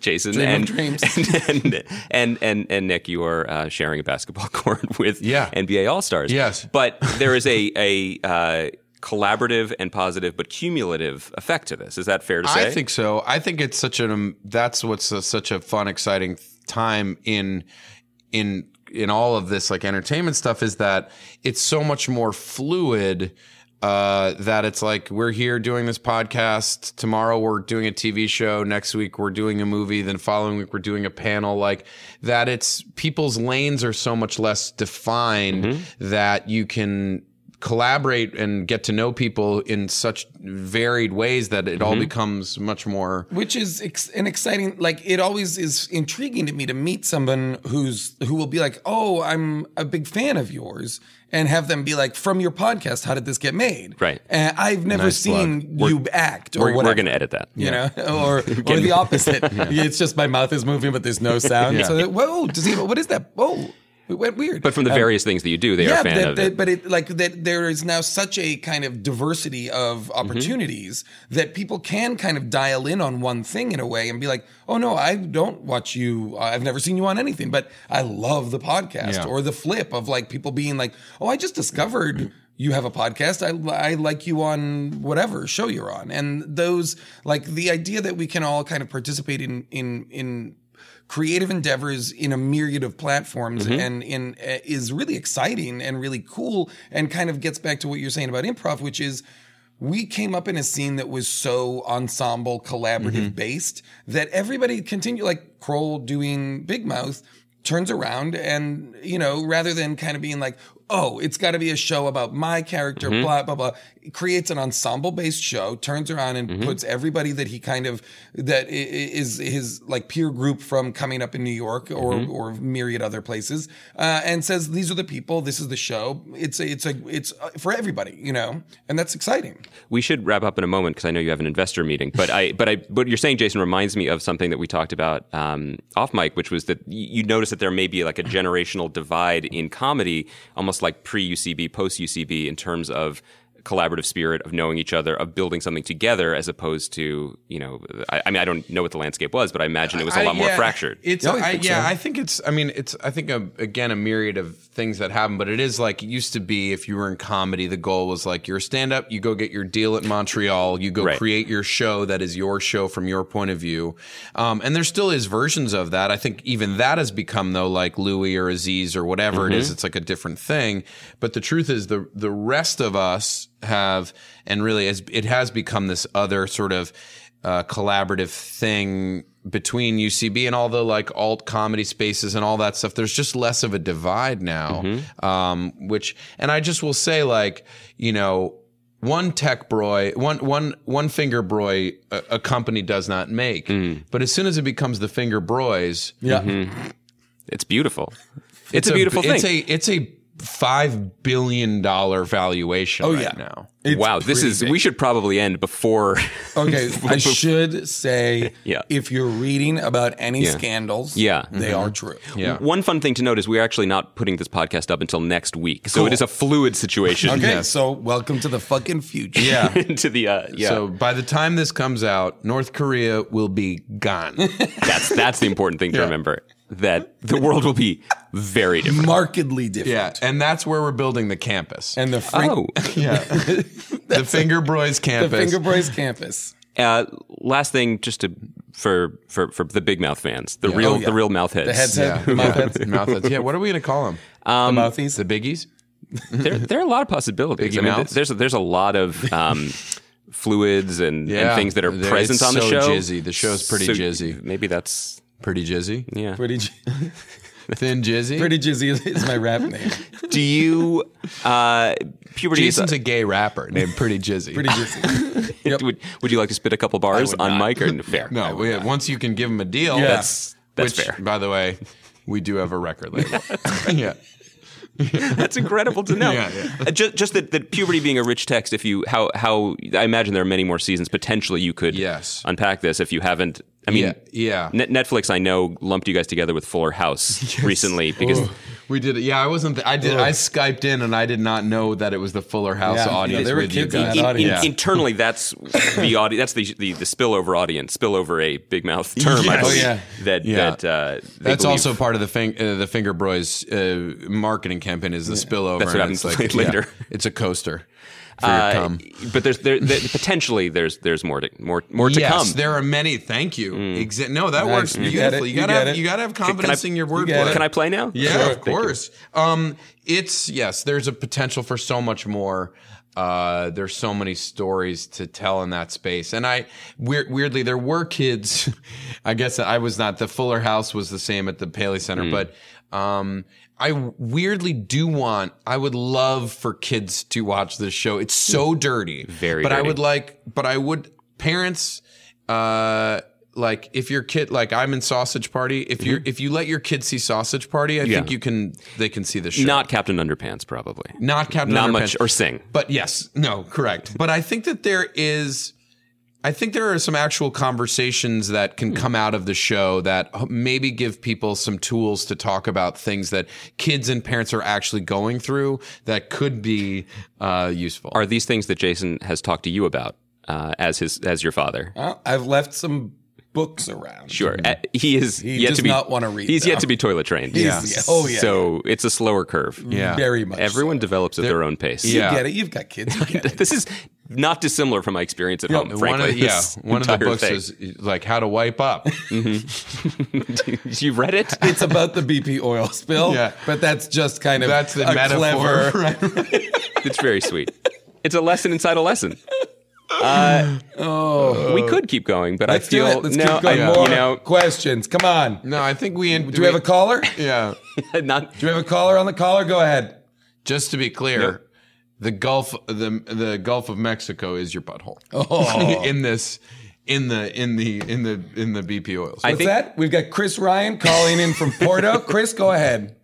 [SPEAKER 1] Jason
[SPEAKER 4] Dream of
[SPEAKER 1] and,
[SPEAKER 4] dreams.
[SPEAKER 1] and, and, and, and, and Nick, you are uh, sharing a basketball court with
[SPEAKER 5] Yeah.
[SPEAKER 1] NBA All Stars.
[SPEAKER 5] Yes.
[SPEAKER 1] But there is a a uh, collaborative and positive, but cumulative effect to this. Is that fair to say?
[SPEAKER 5] I think so. I think it's such an um, that's what's a, such a fun, exciting th- time in in in all of this like entertainment stuff is that it's so much more fluid. uh, that it's like we're here doing this podcast. Tomorrow we're doing a TV show. Next week we're doing a movie. Then following week we're doing a panel. Like that, it's people's lanes are so much less defined
[SPEAKER 1] Mm-hmm.
[SPEAKER 5] that you can collaborate and get to know people in such varied ways that it
[SPEAKER 1] Mm-hmm.
[SPEAKER 5] all becomes much more.
[SPEAKER 4] which is ex- an exciting like it always is intriguing to me to meet someone who's who will be like oh i'm a big fan of yours and have them be like from your podcast how did this get made
[SPEAKER 1] Right.
[SPEAKER 4] and i've never seen you act or
[SPEAKER 1] We're,
[SPEAKER 4] whatever
[SPEAKER 1] we're going to edit that.
[SPEAKER 4] you know or or the opposite it's just my mouth is moving but there's no sound so that- whoa does he what is that whoa it went weird
[SPEAKER 1] But from the various things that you do, they are a fan
[SPEAKER 4] Um, that-
[SPEAKER 1] of
[SPEAKER 4] that-
[SPEAKER 1] it.
[SPEAKER 4] but it like that there is now such a kind of diversity of
[SPEAKER 1] Mm-hmm.
[SPEAKER 4] opportunities that people can kind of dial in on one thing in a way and be like, oh no, I don't watch you. uh, I've never seen you on anything, but I love the podcast
[SPEAKER 5] Yeah.
[SPEAKER 4] or the flip of like people being like, oh, I just discovered. You have a podcast. I, I like you on whatever show you're on, and those like the idea that we can all kind of participate in in in creative endeavors in a myriad of platforms and in uh, is really exciting and really cool and kind of gets back to what you're saying about improv which is we came up in a scene that was so ensemble collaborative based that everybody continued like Kroll doing Big Mouth turns around and you know rather than kind of being like oh it's got to be a show about my character blah blah blah creates an ensemble based show turns around and puts everybody that he kind of that i- i- is his like peer group from coming up in New York or or myriad other places uh, and says these are the people this is the show it's a, it's a it's uh, for everybody you know and that's exciting
[SPEAKER 1] We should wrap up in a moment because I know you have an investor meeting. But I, but I, what you're saying, Jason, reminds me of something that we talked about um, off mic, which was that y- you notice that there may be like a generational divide in comedy, almost like pre UCB, post UCB, in terms of collaborative spirit of knowing each other, of building something together, as opposed to you know, I, I mean, I don't know what the landscape was, but I imagine it was a
[SPEAKER 5] I-
[SPEAKER 1] lot more
[SPEAKER 5] yeah,
[SPEAKER 1] fractured.
[SPEAKER 5] It's
[SPEAKER 4] Yeah, I
[SPEAKER 5] I-
[SPEAKER 4] think
[SPEAKER 5] yeah,
[SPEAKER 4] so.
[SPEAKER 5] I think it's. I mean, it's. I think a, again a myriad of things that happen, but it is like it used to be. If you were in comedy, the goal was like you're a stand up, you go get your deal at Montreal, you go
[SPEAKER 1] Right.
[SPEAKER 5] create your show that is your show from your point of view, um, and there still is versions of that. I think even that has become though like Louis or Aziz or whatever it is. It's like a different thing, but the truth is the the rest of us have and really as it has become this other sort of uh, collaborative thing between UCB and all the like alt comedy spaces and all that stuff. There's just less of a divide now, um, which and I just will say like you know one tech broy one one one finger broy a, a company does not make, but as soon as it becomes the finger broys,
[SPEAKER 4] yeah
[SPEAKER 1] It's beautiful. It's, a
[SPEAKER 5] b-
[SPEAKER 1] beautiful thing.
[SPEAKER 5] It's a it's a five billion dollar valuation
[SPEAKER 4] Oh,
[SPEAKER 5] right
[SPEAKER 4] yeah.
[SPEAKER 5] now.
[SPEAKER 1] wow, this
[SPEAKER 4] pretty
[SPEAKER 1] is. We should probably end before.
[SPEAKER 5] Oh,
[SPEAKER 4] Okay, I should say
[SPEAKER 1] Yeah.
[SPEAKER 4] if you're reading about any scandals,
[SPEAKER 1] Yeah.
[SPEAKER 4] they are true.
[SPEAKER 5] Mm-hmm. Yeah.
[SPEAKER 1] One fun thing to note is we're actually not putting this podcast up until next week, so
[SPEAKER 4] Cool.
[SPEAKER 1] it is a fluid situation.
[SPEAKER 4] Okay, so welcome to the fucking future.
[SPEAKER 5] Yeah.
[SPEAKER 1] into the uh, yeah.
[SPEAKER 5] So by the time this comes out, North Korea will be gone.
[SPEAKER 1] that's that's the important thing to
[SPEAKER 5] Yeah.
[SPEAKER 1] remember that the world will be very different.
[SPEAKER 4] markedly different.
[SPEAKER 5] yeah, and that's where we're building the campus.
[SPEAKER 4] and the Frank,
[SPEAKER 1] Oh,
[SPEAKER 5] yeah, the Finger Boys
[SPEAKER 4] the
[SPEAKER 5] campus.
[SPEAKER 4] Finger Boys campus.
[SPEAKER 1] uh, last thing, just to for for for the big mouth fans, the real
[SPEAKER 4] Oh, yeah.
[SPEAKER 1] the real mouth heads.
[SPEAKER 4] The headset,
[SPEAKER 5] yeah,
[SPEAKER 4] the mouthheads,
[SPEAKER 5] yeah, mouthheads. Yeah, what are we gonna call them?
[SPEAKER 4] the mouthies.
[SPEAKER 5] The biggies.
[SPEAKER 1] There, there are a lot of possibilities.
[SPEAKER 5] Biggie
[SPEAKER 1] I mean, th-
[SPEAKER 5] mouths?
[SPEAKER 1] there's a, there's a lot of. Um, Fluids and,
[SPEAKER 5] Yeah.
[SPEAKER 1] and things that are
[SPEAKER 5] There-
[SPEAKER 1] present
[SPEAKER 5] it's
[SPEAKER 1] on the
[SPEAKER 5] so
[SPEAKER 1] show.
[SPEAKER 5] jizzy. The show's pretty jizzy.
[SPEAKER 1] Maybe that's
[SPEAKER 5] Pretty jizzy.
[SPEAKER 1] yeah.
[SPEAKER 4] pretty, j-
[SPEAKER 5] Thin jizzy.
[SPEAKER 4] pretty jizzy is my rap name.
[SPEAKER 1] Do you uh, puberty? is-
[SPEAKER 5] Jason's a gay rapper named Pretty Jizzy.
[SPEAKER 4] Pretty jizzy.
[SPEAKER 1] would, would you like to spit a couple bars
[SPEAKER 5] would
[SPEAKER 1] on
[SPEAKER 5] not.
[SPEAKER 1] mic or fair?
[SPEAKER 5] No, we, once you can give him a deal,
[SPEAKER 4] Yeah.
[SPEAKER 5] that's
[SPEAKER 1] That's
[SPEAKER 5] which,
[SPEAKER 1] fair.
[SPEAKER 5] By the way, we do have a record label. yeah.
[SPEAKER 1] That's incredible to know.
[SPEAKER 5] Yeah, yeah.
[SPEAKER 1] Just, just that, that puberty being a rich text. If you how how I imagine there are many more seasons. Potentially, you could
[SPEAKER 5] Yes.
[SPEAKER 1] unpack this if you haven't. I mean,
[SPEAKER 5] Yeah, yeah.
[SPEAKER 1] Net- Netflix, I know, lumped you guys together with Fuller House recently because
[SPEAKER 5] We did it. Yeah, I wasn't. Th- I did. I skyped in, and I did not know that it was the Fuller House
[SPEAKER 4] Yeah, yeah,
[SPEAKER 5] audience.
[SPEAKER 4] there were
[SPEAKER 5] with
[SPEAKER 4] kids
[SPEAKER 5] you
[SPEAKER 4] in
[SPEAKER 5] guys.
[SPEAKER 4] that
[SPEAKER 1] in- in-
[SPEAKER 5] Yeah.
[SPEAKER 1] internally that's the audience. That's the, the the spillover audience. Spillover a big mouth term. I
[SPEAKER 5] Yes.
[SPEAKER 1] believe,
[SPEAKER 4] Oh, yeah.
[SPEAKER 1] That
[SPEAKER 5] Yeah.
[SPEAKER 1] that uh, they
[SPEAKER 5] That's
[SPEAKER 1] believe-
[SPEAKER 5] also part of the fing- uh, the Finger Bros uh, marketing campaign is the spillover.
[SPEAKER 1] That's what
[SPEAKER 5] and
[SPEAKER 1] happens later.
[SPEAKER 5] it's a coaster for
[SPEAKER 1] Uh,
[SPEAKER 5] your cum.
[SPEAKER 1] but there's there, there potentially there's there's more to more more to
[SPEAKER 5] yes,
[SPEAKER 1] come.
[SPEAKER 5] there are many. Thank you. Exa- no, that works
[SPEAKER 4] You get
[SPEAKER 5] beautifully.
[SPEAKER 4] it. You
[SPEAKER 5] You gotta
[SPEAKER 4] get
[SPEAKER 5] have,
[SPEAKER 4] it.
[SPEAKER 5] you gotta have
[SPEAKER 1] Can I-
[SPEAKER 5] confidence in your
[SPEAKER 1] you
[SPEAKER 5] wordplay.
[SPEAKER 1] get it. Can I play now?
[SPEAKER 5] Yeah,
[SPEAKER 1] Sure.
[SPEAKER 5] of
[SPEAKER 1] Thank you.
[SPEAKER 5] course. Um, it's yes. There's a potential for so much more. Uh, there's so many stories to tell in that space, and I weir- weirdly there were kids. I guess I was not. The Fuller House was the same at the Paley Center,
[SPEAKER 1] Hmm.
[SPEAKER 5] but um, I weirdly do want. I would love for kids to watch this show. It's so dirty,
[SPEAKER 1] Hmm. Very
[SPEAKER 5] But I
[SPEAKER 1] dirty.
[SPEAKER 5] would like. But I would parents. Uh, like if your kid, like I'm in Sausage Party. If
[SPEAKER 1] Mm-hmm.
[SPEAKER 5] you're if you let your kid see Sausage Party, I think you can. They can see the show.
[SPEAKER 1] Not Captain Underpants, probably.
[SPEAKER 5] Not Captain
[SPEAKER 1] Not
[SPEAKER 5] Underpants.
[SPEAKER 1] much or sing.
[SPEAKER 5] But yes, no, correct. But I think that there is, I think there are some actual conversations that
[SPEAKER 1] Hmm.
[SPEAKER 5] can come out of the show that maybe give people some tools to talk about things that kids and parents are actually going through that could be uh, useful.
[SPEAKER 1] Are these things that Jason has talked to you about uh, as his as your
[SPEAKER 5] Uh,
[SPEAKER 1] father?
[SPEAKER 4] Well, I've left some books around.
[SPEAKER 1] Sure. Uh, he is
[SPEAKER 4] He
[SPEAKER 1] yet
[SPEAKER 4] does
[SPEAKER 1] to be
[SPEAKER 4] not wanna read,
[SPEAKER 1] He's yet
[SPEAKER 4] though.
[SPEAKER 1] to be toilet trained.
[SPEAKER 4] He's- Yeah. yeah. Oh, yeah.
[SPEAKER 1] So it's a slower curve.
[SPEAKER 5] yeah.
[SPEAKER 4] Very much.
[SPEAKER 1] Everyone develops at their own pace.
[SPEAKER 5] Yeah.
[SPEAKER 4] You get it. You've got kids. You get it.
[SPEAKER 1] This is not dissimilar from my experience at home. Frankly,
[SPEAKER 5] one of, yeah,
[SPEAKER 1] This
[SPEAKER 5] one of the
[SPEAKER 1] entire
[SPEAKER 5] books
[SPEAKER 1] thing.
[SPEAKER 5] is like how to wipe up.
[SPEAKER 1] you read it.
[SPEAKER 4] It's about the BP oil spill,
[SPEAKER 5] Yeah.
[SPEAKER 4] but that's just kind of
[SPEAKER 5] That's the
[SPEAKER 4] a
[SPEAKER 5] metaphor.
[SPEAKER 4] clever
[SPEAKER 1] It's very sweet. It's a lesson inside a lesson. Uh, oh, we could keep going, but
[SPEAKER 4] Let's
[SPEAKER 1] I feel
[SPEAKER 4] do it. Let's
[SPEAKER 1] no,
[SPEAKER 4] keep going.
[SPEAKER 1] I,
[SPEAKER 4] More
[SPEAKER 1] you know,
[SPEAKER 4] questions. Come on.
[SPEAKER 5] No, I think we.
[SPEAKER 4] Do we have a caller? Do
[SPEAKER 5] Yeah.
[SPEAKER 1] not
[SPEAKER 4] we have a caller on the caller? Go ahead.
[SPEAKER 5] Just to be clear, the Gulf the the Gulf of Mexico is your butthole.
[SPEAKER 4] Oh.
[SPEAKER 5] in this in the in the in the in the BP oils.
[SPEAKER 1] I
[SPEAKER 4] What's
[SPEAKER 1] think-
[SPEAKER 4] that? We've got Chris Ryan calling in from Porto. Chris, go ahead.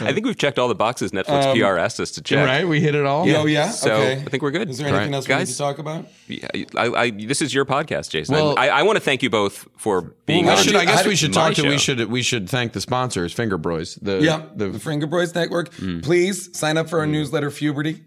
[SPEAKER 1] I think we've checked all the boxes Netflix PR asked us to check.
[SPEAKER 5] right? We hit it all.
[SPEAKER 4] Oh yeah.
[SPEAKER 1] So
[SPEAKER 4] okay.
[SPEAKER 1] I think we're good.
[SPEAKER 4] Is there anything
[SPEAKER 5] Right.
[SPEAKER 4] else we need
[SPEAKER 1] Guys?
[SPEAKER 4] to talk about?
[SPEAKER 1] Yeah, I, I, this is your podcast, Jason.
[SPEAKER 5] Well-
[SPEAKER 1] I, I want to thank you both for being on.
[SPEAKER 5] Well, we should, I guess
[SPEAKER 4] I-
[SPEAKER 5] we should
[SPEAKER 1] my
[SPEAKER 5] talk to
[SPEAKER 1] show.
[SPEAKER 5] we should we should thank the sponsors, Finger Bros. The
[SPEAKER 4] Yeah. The,
[SPEAKER 5] the,
[SPEAKER 4] Fringer Boys Network. Please sign up for our newsletter, Puberty.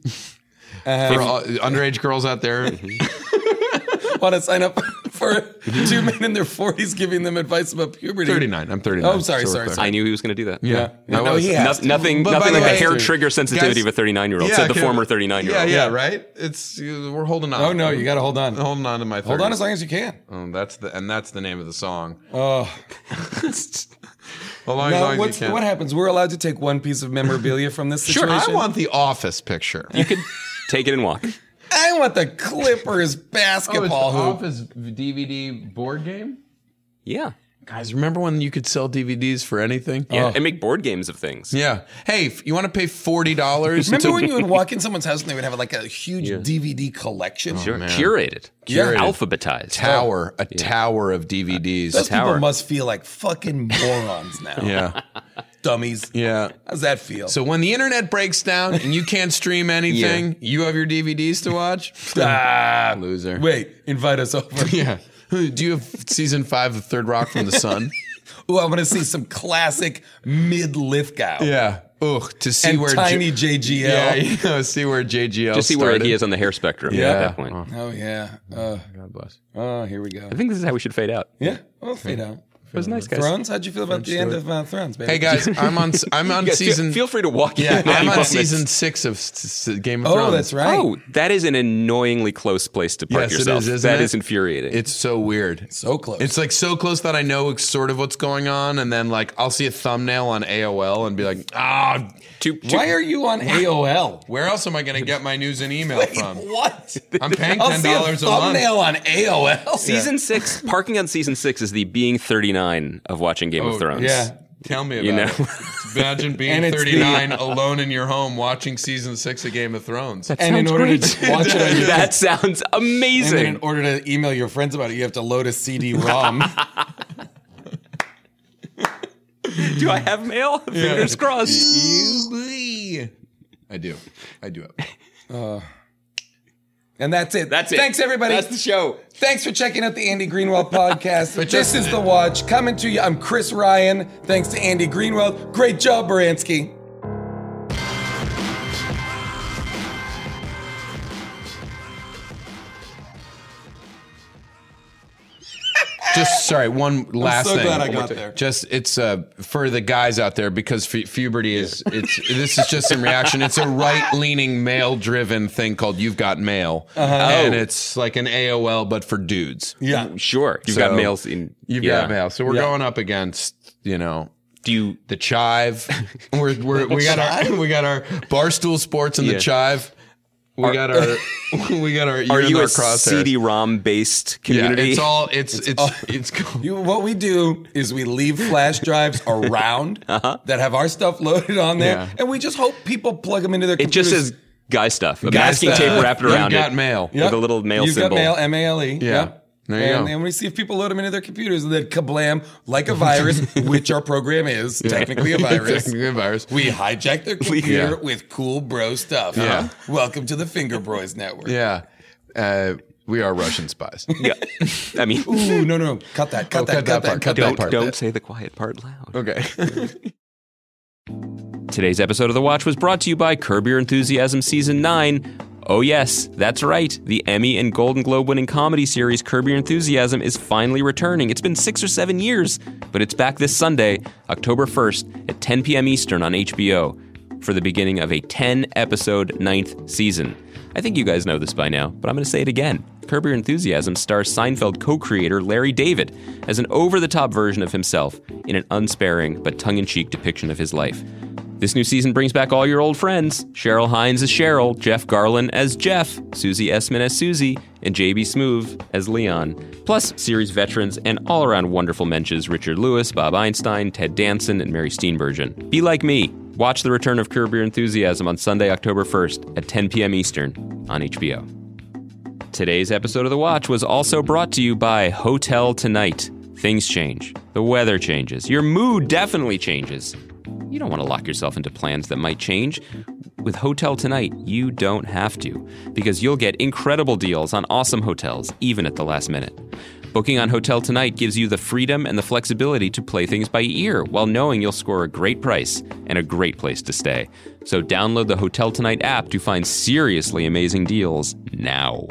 [SPEAKER 4] Uh,
[SPEAKER 5] for all, underage girls out there.
[SPEAKER 4] Mm-hmm. Want to sign up for two men in their 40s giving them advice about puberty.
[SPEAKER 5] Thirty nine. I'm thirty nine.
[SPEAKER 4] Oh, sorry, sorry, sorry.
[SPEAKER 1] I knew he was going to do that.
[SPEAKER 5] Yeah.
[SPEAKER 4] No,
[SPEAKER 5] I was-
[SPEAKER 4] he
[SPEAKER 1] No,
[SPEAKER 4] has to.
[SPEAKER 1] nothing,
[SPEAKER 5] But by
[SPEAKER 1] nothing
[SPEAKER 5] the
[SPEAKER 1] like the
[SPEAKER 5] way-
[SPEAKER 1] hair trigger sensitivity
[SPEAKER 5] Guys-
[SPEAKER 1] of a 39 year old. Said the
[SPEAKER 5] okay.
[SPEAKER 1] former 39 year
[SPEAKER 5] Yeah,
[SPEAKER 1] old.
[SPEAKER 5] yeah, right. It's we're holding on.
[SPEAKER 4] Oh no, you got to hold on. Hold
[SPEAKER 5] holding on to my. 30s.
[SPEAKER 4] on as long as you can.
[SPEAKER 5] Oh, that's the and that's the name of the song.
[SPEAKER 4] Oh.
[SPEAKER 5] Hold on as
[SPEAKER 4] Now,
[SPEAKER 5] long as you
[SPEAKER 4] what's,
[SPEAKER 5] can.
[SPEAKER 4] what happens? We're allowed to take one piece of memorabilia from this
[SPEAKER 5] Sure,
[SPEAKER 4] situation.
[SPEAKER 5] I want the office picture.
[SPEAKER 1] You could take it and walk.
[SPEAKER 4] I want the
[SPEAKER 5] Oh,
[SPEAKER 4] Clippers basketball hoop.
[SPEAKER 5] office DVD board game.
[SPEAKER 1] Yeah.
[SPEAKER 5] Guys, remember when you could sell DVDs for anything?
[SPEAKER 1] Yeah.
[SPEAKER 4] Oh.
[SPEAKER 1] And make board games of things.
[SPEAKER 5] Oh. Yeah. Hey, if you want to pay forty dollars?
[SPEAKER 4] Remember when you would walk in someone's house and they would have like a huge DVD collection?
[SPEAKER 1] Sure. Curated.
[SPEAKER 4] Yeah.
[SPEAKER 1] Alphabetized.
[SPEAKER 5] Oh, tower, a tower of DVDs.
[SPEAKER 4] Those
[SPEAKER 1] tower.
[SPEAKER 4] people must feel like fucking morons now.
[SPEAKER 5] yeah.
[SPEAKER 4] Dummies.
[SPEAKER 5] Yeah.
[SPEAKER 4] How's that feel?
[SPEAKER 5] So when the internet breaks down and you can't stream anything, you have your DVDs to watch.
[SPEAKER 4] Ah,
[SPEAKER 5] Loser.
[SPEAKER 4] wait, invite us over.
[SPEAKER 5] Yeah. Who- Do you have season five of Third Rock from the Sun?
[SPEAKER 4] Ooh, I want to see some classic mid Lithgow.
[SPEAKER 5] yeah. Ugh. To see
[SPEAKER 4] And
[SPEAKER 5] where
[SPEAKER 4] tiny JGL.
[SPEAKER 5] yeah, you know, see where JGL.
[SPEAKER 1] Just see where
[SPEAKER 5] started.
[SPEAKER 1] he is on the hair spectrum yeah. at that point.
[SPEAKER 4] Oh yeah. Uh,
[SPEAKER 5] God bless.
[SPEAKER 4] oh, here we go.
[SPEAKER 1] I think this is how we should fade out.
[SPEAKER 4] Yeah. We'll fade out.
[SPEAKER 1] It was nice, guys.
[SPEAKER 4] Thrones. How'd you feel about the end of uh, Thrones, baby?
[SPEAKER 5] Hey guys, I'm on. s- I'm on
[SPEAKER 1] Yeah, feel-
[SPEAKER 5] season.
[SPEAKER 1] Feel free to walk
[SPEAKER 5] yeah,
[SPEAKER 1] in.
[SPEAKER 5] I'm on
[SPEAKER 1] Moments.
[SPEAKER 5] season six of s- s- Game of Thrones.
[SPEAKER 4] Oh, that's right.
[SPEAKER 1] Oh, that is an annoyingly close place to park
[SPEAKER 5] Yes, it
[SPEAKER 1] yourself.
[SPEAKER 5] is, isn't
[SPEAKER 1] That
[SPEAKER 5] it?
[SPEAKER 1] is infuriating.
[SPEAKER 5] It's so weird.
[SPEAKER 4] so close.
[SPEAKER 5] It's like so close that I know it's sort of what's going on, and then like I'll see a thumbnail on AOL and be like, ah,
[SPEAKER 1] Too- too-
[SPEAKER 4] Why are you on AOL?
[SPEAKER 5] where else am I going to get my news and email from?
[SPEAKER 4] What?
[SPEAKER 5] I'm paying
[SPEAKER 4] I'll
[SPEAKER 5] ten
[SPEAKER 4] see a
[SPEAKER 5] dollars a month.
[SPEAKER 4] thumbnail on AOL.
[SPEAKER 1] Season six, parking on season six is the being 39 of watching Game of
[SPEAKER 5] Oh,
[SPEAKER 1] Thrones.
[SPEAKER 4] Yeah.
[SPEAKER 5] Tell me about
[SPEAKER 1] You know?
[SPEAKER 5] it. Imagine being
[SPEAKER 4] And it's the-
[SPEAKER 5] 39 alone in your home watching season six of Game of Thrones.
[SPEAKER 4] And in order to watch it, on your-
[SPEAKER 1] That sounds
[SPEAKER 4] and then in
[SPEAKER 1] amazing.
[SPEAKER 4] order to email your friends about it, you have to load a CD-ROM.
[SPEAKER 1] Do I have mail? Fingers crossed.
[SPEAKER 5] I do. I do.
[SPEAKER 4] and that's it.
[SPEAKER 1] That's it.
[SPEAKER 4] Thanks, everybody.
[SPEAKER 1] That's the show.
[SPEAKER 4] Thanks for checking out the Andy Greenwald podcast. this is The Watch coming to you. I'm Chris Ryan. Thanks to Andy Greenwald. Great job, Baranski.
[SPEAKER 5] Just sorry, one last
[SPEAKER 4] so
[SPEAKER 5] thing.
[SPEAKER 4] glad I
[SPEAKER 5] One
[SPEAKER 4] got
[SPEAKER 5] more-
[SPEAKER 4] there.
[SPEAKER 5] Just it's uh, for the guys out there because fu- puberty is it's this is just in reaction. It's a right leaning male driven thing called You've Got Mail, and it's like an AOL but for dudes.
[SPEAKER 4] Yeah.
[SPEAKER 1] Sure. You've
[SPEAKER 5] So-
[SPEAKER 1] got mails in.
[SPEAKER 5] You've
[SPEAKER 1] yeah.
[SPEAKER 5] got mail, so we're going up against you know
[SPEAKER 1] Do you?
[SPEAKER 5] the chive. We're, we're, we got our we got our barstool sports and
[SPEAKER 1] Yeah.
[SPEAKER 5] the chive. We got our we got our. You're
[SPEAKER 1] Are
[SPEAKER 5] in
[SPEAKER 1] you
[SPEAKER 5] our
[SPEAKER 1] a
[SPEAKER 5] crosshair.
[SPEAKER 1] CD-ROM based community?
[SPEAKER 5] Yeah, it's all it's it's it's, cool.
[SPEAKER 4] You, what we do is we leave flash drives around that have our stuff loaded on there,
[SPEAKER 5] Yeah.
[SPEAKER 4] and we just hope people plug them into their.
[SPEAKER 1] it just
[SPEAKER 4] computers.
[SPEAKER 1] says guy stuff. A
[SPEAKER 4] Guy
[SPEAKER 1] masking
[SPEAKER 4] stuff.
[SPEAKER 1] tape wrapped
[SPEAKER 5] uh, You
[SPEAKER 1] around
[SPEAKER 5] got
[SPEAKER 1] it.
[SPEAKER 5] mail.
[SPEAKER 1] with a little mail
[SPEAKER 4] You've
[SPEAKER 1] symbol.
[SPEAKER 4] got mail, M A L E. Yeah.
[SPEAKER 5] There you
[SPEAKER 4] and,
[SPEAKER 5] go.
[SPEAKER 4] and we see if people load them into their computers, and then kablam, like a virus, which our program is technically a virus.
[SPEAKER 5] Technically a virus.
[SPEAKER 4] We hijack their computer
[SPEAKER 5] Yeah.
[SPEAKER 4] with cool bro stuff.
[SPEAKER 5] Yeah.
[SPEAKER 4] Welcome to the Finger Bros Network.
[SPEAKER 5] Yeah, uh, we are Russian spies.
[SPEAKER 1] Yeah. I mean,
[SPEAKER 4] Ooh, no, no, cut that, cut
[SPEAKER 5] Oh,
[SPEAKER 4] that, cut that,
[SPEAKER 5] part,
[SPEAKER 4] cut that.
[SPEAKER 5] that
[SPEAKER 1] don't
[SPEAKER 5] part.
[SPEAKER 1] don't say the quiet part loud.
[SPEAKER 5] Okay.
[SPEAKER 1] Today's episode of The Watch was brought to you by Curb Your Enthusiasm Season 9. Oh, yes, that's right. The Emmy and Golden Globe winning comedy series Curb Your Enthusiasm is finally returning. It's been six or seven years, but it's back this Sunday, October 1st at 10 p.m. Eastern on HBO for the beginning of a 10 episode ninth season. I think you guys know this by now, but I'm going to say it again. Curb Your Enthusiasm stars Seinfeld co creator Larry David as an over the top version of himself in an unsparing but tongue in cheek depiction of his life. This new season brings back all your old friends Cheryl Hines as Cheryl, Jeff Garlin as Jeff, Susie Essman as Susie, and JB Smoove as Leon. Plus, series veterans and all around wonderful mentions Richard Lewis, Bob Einstein, Ted Danson, and Mary Steenburgen. Be like me. Watch the return of Curb Your Enthusiasm on Sunday, October 1st at 10 p.m. Eastern on HBO. Today's episode of The Watch was also brought to you by Hotel Tonight. Things change. The weather changes. Your mood definitely changes. You don't want to lock yourself into plans that might change. With Hotel Tonight, you don't have to, because you'll get incredible deals on awesome hotels, even at the last minute. Booking on Hotel Tonight gives you the freedom and the flexibility to play things by ear while knowing you'll score a great price and a great place to stay. So download the Hotel Tonight app to find seriously amazing deals now.